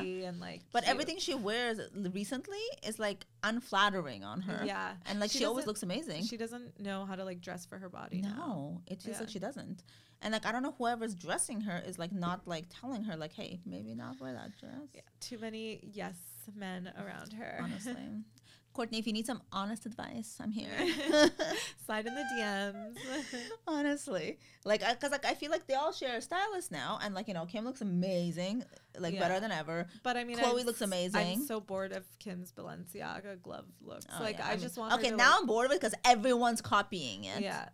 [SPEAKER 1] campy and like.
[SPEAKER 2] but
[SPEAKER 1] cute.
[SPEAKER 2] everything she wears recently is like unflattering on her.
[SPEAKER 1] Yeah,
[SPEAKER 2] And like she,
[SPEAKER 1] She
[SPEAKER 2] always
[SPEAKER 1] doesn't-
[SPEAKER 2] looks amazing.
[SPEAKER 1] she doesn't know how to like dress for her body. now.
[SPEAKER 2] no, it feels
[SPEAKER 1] Yeah.
[SPEAKER 2] like she doesn't. And like I don't know whoever's dressing her is like not like telling her like, hey, maybe not wear that dress.
[SPEAKER 1] Yeah, too many yes men around her.
[SPEAKER 2] honestly. Courtney, if you need some honest advice, I'm here.
[SPEAKER 1] Slide in the DMs.
[SPEAKER 2] honestly, like, I, cause like I feel like they all share a stylist now, and like you know, Kim looks amazing, like
[SPEAKER 1] Yeah.
[SPEAKER 2] better than ever.
[SPEAKER 1] but I mean,
[SPEAKER 2] Chloe
[SPEAKER 1] I'm s-
[SPEAKER 2] looks
[SPEAKER 1] I'm
[SPEAKER 2] amazing.
[SPEAKER 1] so bored of Kim's Balenciaga glove looks.
[SPEAKER 2] Oh,
[SPEAKER 1] like
[SPEAKER 2] yeah,
[SPEAKER 1] I,
[SPEAKER 2] mean-
[SPEAKER 1] just want. her
[SPEAKER 2] Okay,
[SPEAKER 1] to,
[SPEAKER 2] now I'm bored of it because everyone's copying
[SPEAKER 1] Like,
[SPEAKER 2] it.
[SPEAKER 1] yeah,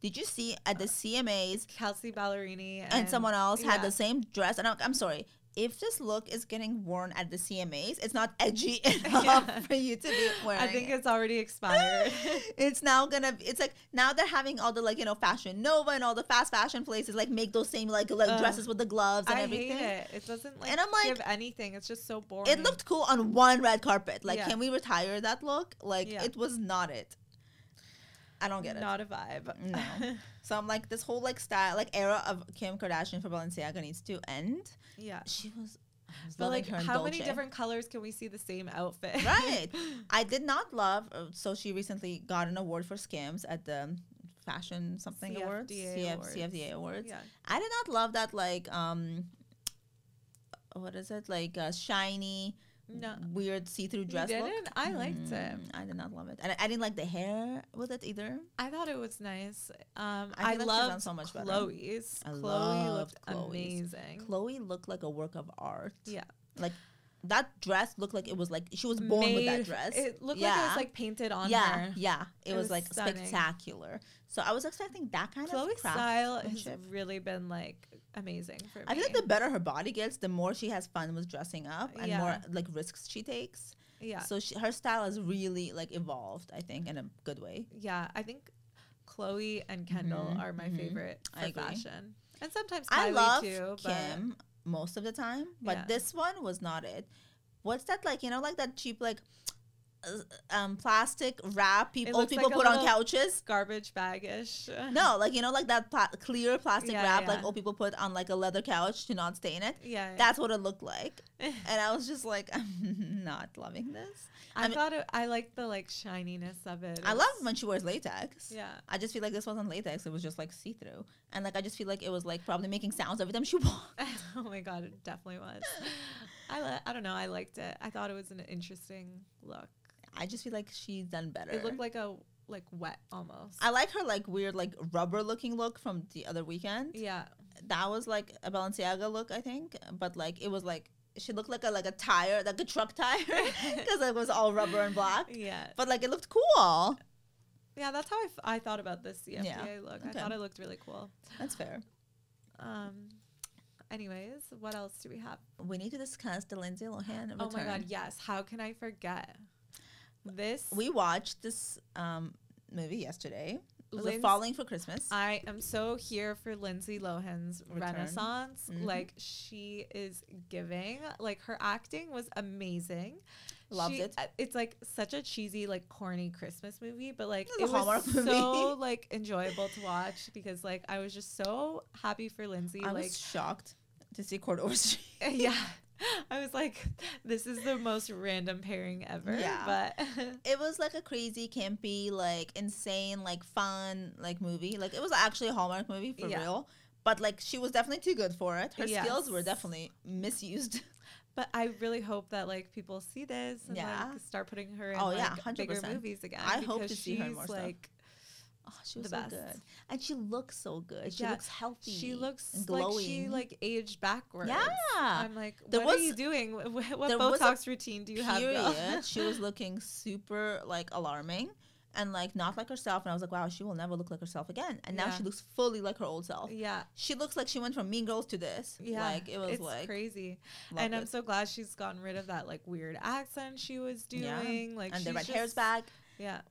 [SPEAKER 2] Did you see at the CMAs
[SPEAKER 1] Kelsey Ballerini and,
[SPEAKER 2] and, someone else had
[SPEAKER 1] yeah.
[SPEAKER 2] the same dress? And I'm, I'm sorry. If this look is getting worn at the CMAs, it's not edgy enough
[SPEAKER 1] Yeah.
[SPEAKER 2] for you to be wearing.
[SPEAKER 1] I think
[SPEAKER 2] it.
[SPEAKER 1] it's already expired.
[SPEAKER 2] it's now gonna be- it's like now they're having all the like you know fashion nova and all the fast fashion places like make those same like like
[SPEAKER 1] Ugh.
[SPEAKER 2] dresses with the gloves and
[SPEAKER 1] I
[SPEAKER 2] everything
[SPEAKER 1] hate it. It doesn't like,
[SPEAKER 2] And I'm like-
[SPEAKER 1] give anything. It's just so boring.
[SPEAKER 2] it looked cool on one red carpet like
[SPEAKER 1] Yeah.
[SPEAKER 2] can we retire that look like
[SPEAKER 1] Yeah.
[SPEAKER 2] it was not it i don't get it
[SPEAKER 1] not a vibe.
[SPEAKER 2] No. so i'm like this whole like style like era of kim kardashian for balenciaga needs to end
[SPEAKER 1] yeah.
[SPEAKER 2] she was, I was
[SPEAKER 1] But
[SPEAKER 2] loving
[SPEAKER 1] like,
[SPEAKER 2] her in
[SPEAKER 1] how many
[SPEAKER 2] Dolce.
[SPEAKER 1] different colors can we see the same outfit?
[SPEAKER 2] right i did not love uh, so she recently got an award for skims at the fashion something awards,
[SPEAKER 1] CFDA
[SPEAKER 2] CF,
[SPEAKER 1] awards.
[SPEAKER 2] CFDA awards.
[SPEAKER 1] Yeah.
[SPEAKER 2] I did not love that like um, what is it like uh, shiny,
[SPEAKER 1] No.
[SPEAKER 2] weird see-through
[SPEAKER 1] You
[SPEAKER 2] dress look.
[SPEAKER 1] didn't? I liked it.
[SPEAKER 2] Mm, I did not love it, and I, I didn't like the hair with it either.
[SPEAKER 1] I thought it was nice. Um,
[SPEAKER 2] I
[SPEAKER 1] I,
[SPEAKER 2] feel like she's done
[SPEAKER 1] loved
[SPEAKER 2] so much better.
[SPEAKER 1] Chloe's.
[SPEAKER 2] I
[SPEAKER 1] Chloe looked
[SPEAKER 2] loved Chloe's.
[SPEAKER 1] amazing.
[SPEAKER 2] Chloe looked like a work of art.
[SPEAKER 1] Mm. Yeah.
[SPEAKER 2] like that dress looked like it was like she was born with that
[SPEAKER 1] Made-
[SPEAKER 2] dress.
[SPEAKER 1] It looked like it
[SPEAKER 2] Yeah.
[SPEAKER 1] was like painted on
[SPEAKER 2] yeah,
[SPEAKER 1] her.
[SPEAKER 2] yeah, it,
[SPEAKER 1] It
[SPEAKER 2] was,
[SPEAKER 1] was
[SPEAKER 2] like
[SPEAKER 1] stunning.
[SPEAKER 2] spectacular. So I was expecting that kind
[SPEAKER 1] Chloe's
[SPEAKER 2] of craft.
[SPEAKER 1] style has
[SPEAKER 2] craftsmanship.
[SPEAKER 1] really been like amazing for me.
[SPEAKER 2] I feel like the better her body gets, the more she has fun with dressing up and more
[SPEAKER 1] Yeah.
[SPEAKER 2] like risks she takes.
[SPEAKER 1] yeah,
[SPEAKER 2] So she, her style has really like evolved, I think, in a good way.
[SPEAKER 1] yeah. I think Chloe and Kendall
[SPEAKER 2] Mhm,
[SPEAKER 1] are my
[SPEAKER 2] mhm.
[SPEAKER 1] favorite for
[SPEAKER 2] I agree.
[SPEAKER 1] fashion, and sometimes Kylie
[SPEAKER 2] I love
[SPEAKER 1] too. But
[SPEAKER 2] Kim most of the time, but
[SPEAKER 1] Yeah.
[SPEAKER 2] this one was not it. What's that like? You know, like that cheap like uh, um plastic wrap people old
[SPEAKER 1] looks like
[SPEAKER 2] people
[SPEAKER 1] a
[SPEAKER 2] put on
[SPEAKER 1] little-
[SPEAKER 2] couches.
[SPEAKER 1] it's garbage bagish.
[SPEAKER 2] No, like you know, like that pla- clear plastic
[SPEAKER 1] Yeah,
[SPEAKER 2] wrap, like
[SPEAKER 1] yeah.
[SPEAKER 2] old people put on like a leather couch to not stain it.
[SPEAKER 1] yeah,
[SPEAKER 2] That's what it looked like, and I was just like, I'm not loving this.
[SPEAKER 1] I,
[SPEAKER 2] I mean-
[SPEAKER 1] thought it, I liked the like shininess of it.
[SPEAKER 2] I
[SPEAKER 1] It
[SPEAKER 2] love
[SPEAKER 1] was-
[SPEAKER 2] when she wears latex.
[SPEAKER 1] Yeah,
[SPEAKER 2] I just feel like this wasn't latex; it was just like see through, and like I just feel like it was like probably making sounds every time she walked.
[SPEAKER 1] oh my god, it definitely was. I li- I don't know. I liked it. I thought it was an interesting look.
[SPEAKER 2] I just feel like she's done better.
[SPEAKER 1] It looked like a like wet almost.
[SPEAKER 2] I like her like weird like rubber looking look from the other weekend.
[SPEAKER 1] yeah,
[SPEAKER 2] That was like a Balenciaga look, I think, but like it was like she looked like a like a tire, like a truck tire, because it was all rubber and black.
[SPEAKER 1] yeah.
[SPEAKER 2] But like it looked cool.
[SPEAKER 1] Yeah, that's how I, f- I thought about this CFDA
[SPEAKER 2] Yeah,
[SPEAKER 1] look. I
[SPEAKER 2] okay.
[SPEAKER 1] thought it looked really cool.
[SPEAKER 2] That's fair.
[SPEAKER 1] Um, anyways, what else do we have?
[SPEAKER 2] We need to discuss the Lindsay Lohan return.
[SPEAKER 1] Oh my god, yes. How can I forget this?
[SPEAKER 2] We watched this um movie yesterday. It was
[SPEAKER 1] Linds-
[SPEAKER 2] a Falling for Christmas.
[SPEAKER 1] I am so here for Lindsay Lohan's
[SPEAKER 2] Return.
[SPEAKER 1] renaissance.
[SPEAKER 2] Mhm.
[SPEAKER 1] Like she is giving. Like her acting was amazing.
[SPEAKER 2] Loved
[SPEAKER 1] She-
[SPEAKER 2] it.
[SPEAKER 1] uh, It's like such a cheesy, like corny Christmas movie, but like
[SPEAKER 2] It's a
[SPEAKER 1] it was
[SPEAKER 2] Hallmark movie.
[SPEAKER 1] so like enjoyable to watch because like I was just so happy for Lindsay.
[SPEAKER 2] I
[SPEAKER 1] like
[SPEAKER 2] was shocked to see Cordova Street.
[SPEAKER 1] yeah. I was like, this is the most random pairing ever.
[SPEAKER 2] Yeah.
[SPEAKER 1] But
[SPEAKER 2] it was like a crazy, campy, like insane, like fun, like movie. Like it was actually a Hallmark movie for
[SPEAKER 1] Yeah.
[SPEAKER 2] real. But like she was definitely too good for it. Her skills were
[SPEAKER 1] Yes.
[SPEAKER 2] definitely misused.
[SPEAKER 1] but I really hope that like people see this and
[SPEAKER 2] Yeah.
[SPEAKER 1] like start putting her in
[SPEAKER 2] Oh,
[SPEAKER 1] like
[SPEAKER 2] yeah,
[SPEAKER 1] bigger
[SPEAKER 2] 100%.
[SPEAKER 1] movies again.
[SPEAKER 2] I hope
[SPEAKER 1] because
[SPEAKER 2] to see her in
[SPEAKER 1] she's,
[SPEAKER 2] more stuff.
[SPEAKER 1] like
[SPEAKER 2] Oh, she
[SPEAKER 1] The
[SPEAKER 2] was so
[SPEAKER 1] best.
[SPEAKER 2] good, and she looks so good. She
[SPEAKER 1] Yeah.
[SPEAKER 2] looks healthy.
[SPEAKER 1] she looks
[SPEAKER 2] and
[SPEAKER 1] like she
[SPEAKER 2] glowing.
[SPEAKER 1] like aged backwards.
[SPEAKER 2] yeah.
[SPEAKER 1] I'm like,
[SPEAKER 2] There
[SPEAKER 1] what are
[SPEAKER 2] was-
[SPEAKER 1] you doing? Wh- wh- What
[SPEAKER 2] there was a
[SPEAKER 1] Botox routine do you have? girl?
[SPEAKER 2] Period. she was looking super like alarming and like not like herself. And I was like, wow, she will never look like herself again. And now
[SPEAKER 1] Yeah.
[SPEAKER 2] she looks fully like her old self.
[SPEAKER 1] yeah.
[SPEAKER 2] She looks like she went from Mean Girls to this.
[SPEAKER 1] Yeah,
[SPEAKER 2] like it was
[SPEAKER 1] it's
[SPEAKER 2] like
[SPEAKER 1] crazy,
[SPEAKER 2] loved
[SPEAKER 1] and I'm
[SPEAKER 2] it.
[SPEAKER 1] so glad she's gotten rid of that like weird accent she was
[SPEAKER 2] Yeah.
[SPEAKER 1] doing. Like,
[SPEAKER 2] and the
[SPEAKER 1] she's
[SPEAKER 2] red hair's
[SPEAKER 1] just-
[SPEAKER 2] back.
[SPEAKER 1] Yeah,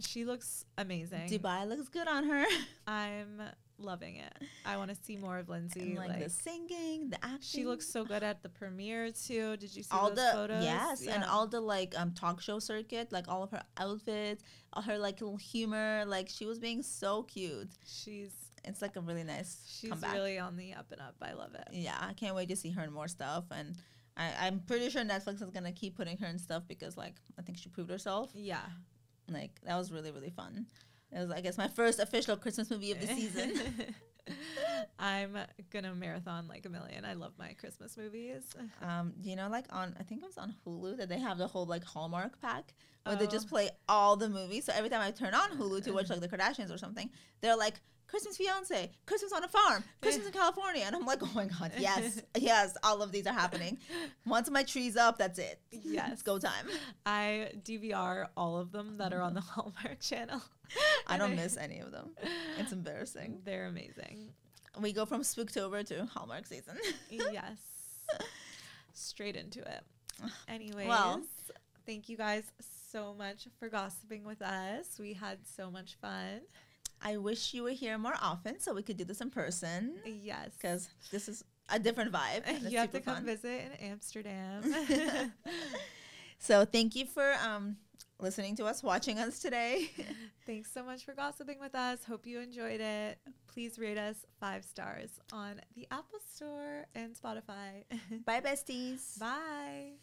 [SPEAKER 1] she looks amazing.
[SPEAKER 2] Dubai looks good on her.
[SPEAKER 1] I'm loving it. I want to see more of Lindsay.
[SPEAKER 2] And,
[SPEAKER 1] Like,
[SPEAKER 2] like, the singing, the acting.
[SPEAKER 1] she looks so good at the premiere too. Did you see
[SPEAKER 2] all
[SPEAKER 1] those
[SPEAKER 2] the
[SPEAKER 1] photos?
[SPEAKER 2] yes, and
[SPEAKER 1] Yeah.
[SPEAKER 2] all the like um talk show circuit, like all of her outfits, all her like little humor, like she was being so cute.
[SPEAKER 1] she's
[SPEAKER 2] It's like a really nice
[SPEAKER 1] she's
[SPEAKER 2] comeback.
[SPEAKER 1] really on the up and up. I love it.
[SPEAKER 2] yeah, I can't wait to see her in more stuff, and I, I'm pretty sure Netflix is gonna keep putting her in stuff because like I think she proved herself.
[SPEAKER 1] Yeah,
[SPEAKER 2] Like that was really really fun. It was I guess my first official Christmas movie of the season.
[SPEAKER 1] I'm gonna marathon like a million. I love my Christmas movies.
[SPEAKER 2] Um, you know, like on I think it was on Hulu that they have the whole like Hallmark pack where they just
[SPEAKER 1] Oh.
[SPEAKER 2] play all the movies. So every time I turn on Hulu to watch like the Kardashians or something, they're like Christmas Fiance, Christmas on a Farm, Christmas in California, and I'm like, oh my god, yes, yes, all of these are happening. Once my tree's up, that's it.
[SPEAKER 1] Yes.
[SPEAKER 2] it's go time.
[SPEAKER 1] I DVR all of them that are on the Hallmark Channel.
[SPEAKER 2] I
[SPEAKER 1] And
[SPEAKER 2] don't miss any of them. It's embarrassing.
[SPEAKER 1] They're amazing.
[SPEAKER 2] We go from Spooktober to Hallmark season.
[SPEAKER 1] yes. Straight into it. Anyways, thank you guys so much for gossiping with us. We had so much fun.
[SPEAKER 2] I wish you were here more often so we could do this in person
[SPEAKER 1] Yes.
[SPEAKER 2] because this is a different vibe. and it's
[SPEAKER 1] you have to
[SPEAKER 2] super
[SPEAKER 1] come
[SPEAKER 2] fun.
[SPEAKER 1] visit in Amsterdam.
[SPEAKER 2] So thank you for um, listening to us, watching us today.
[SPEAKER 1] Thanks so much for gossiping with us. Hope you enjoyed it. Please rate us five stars on the Apple Store and Spotify.
[SPEAKER 2] Bye, besties.
[SPEAKER 1] Bye.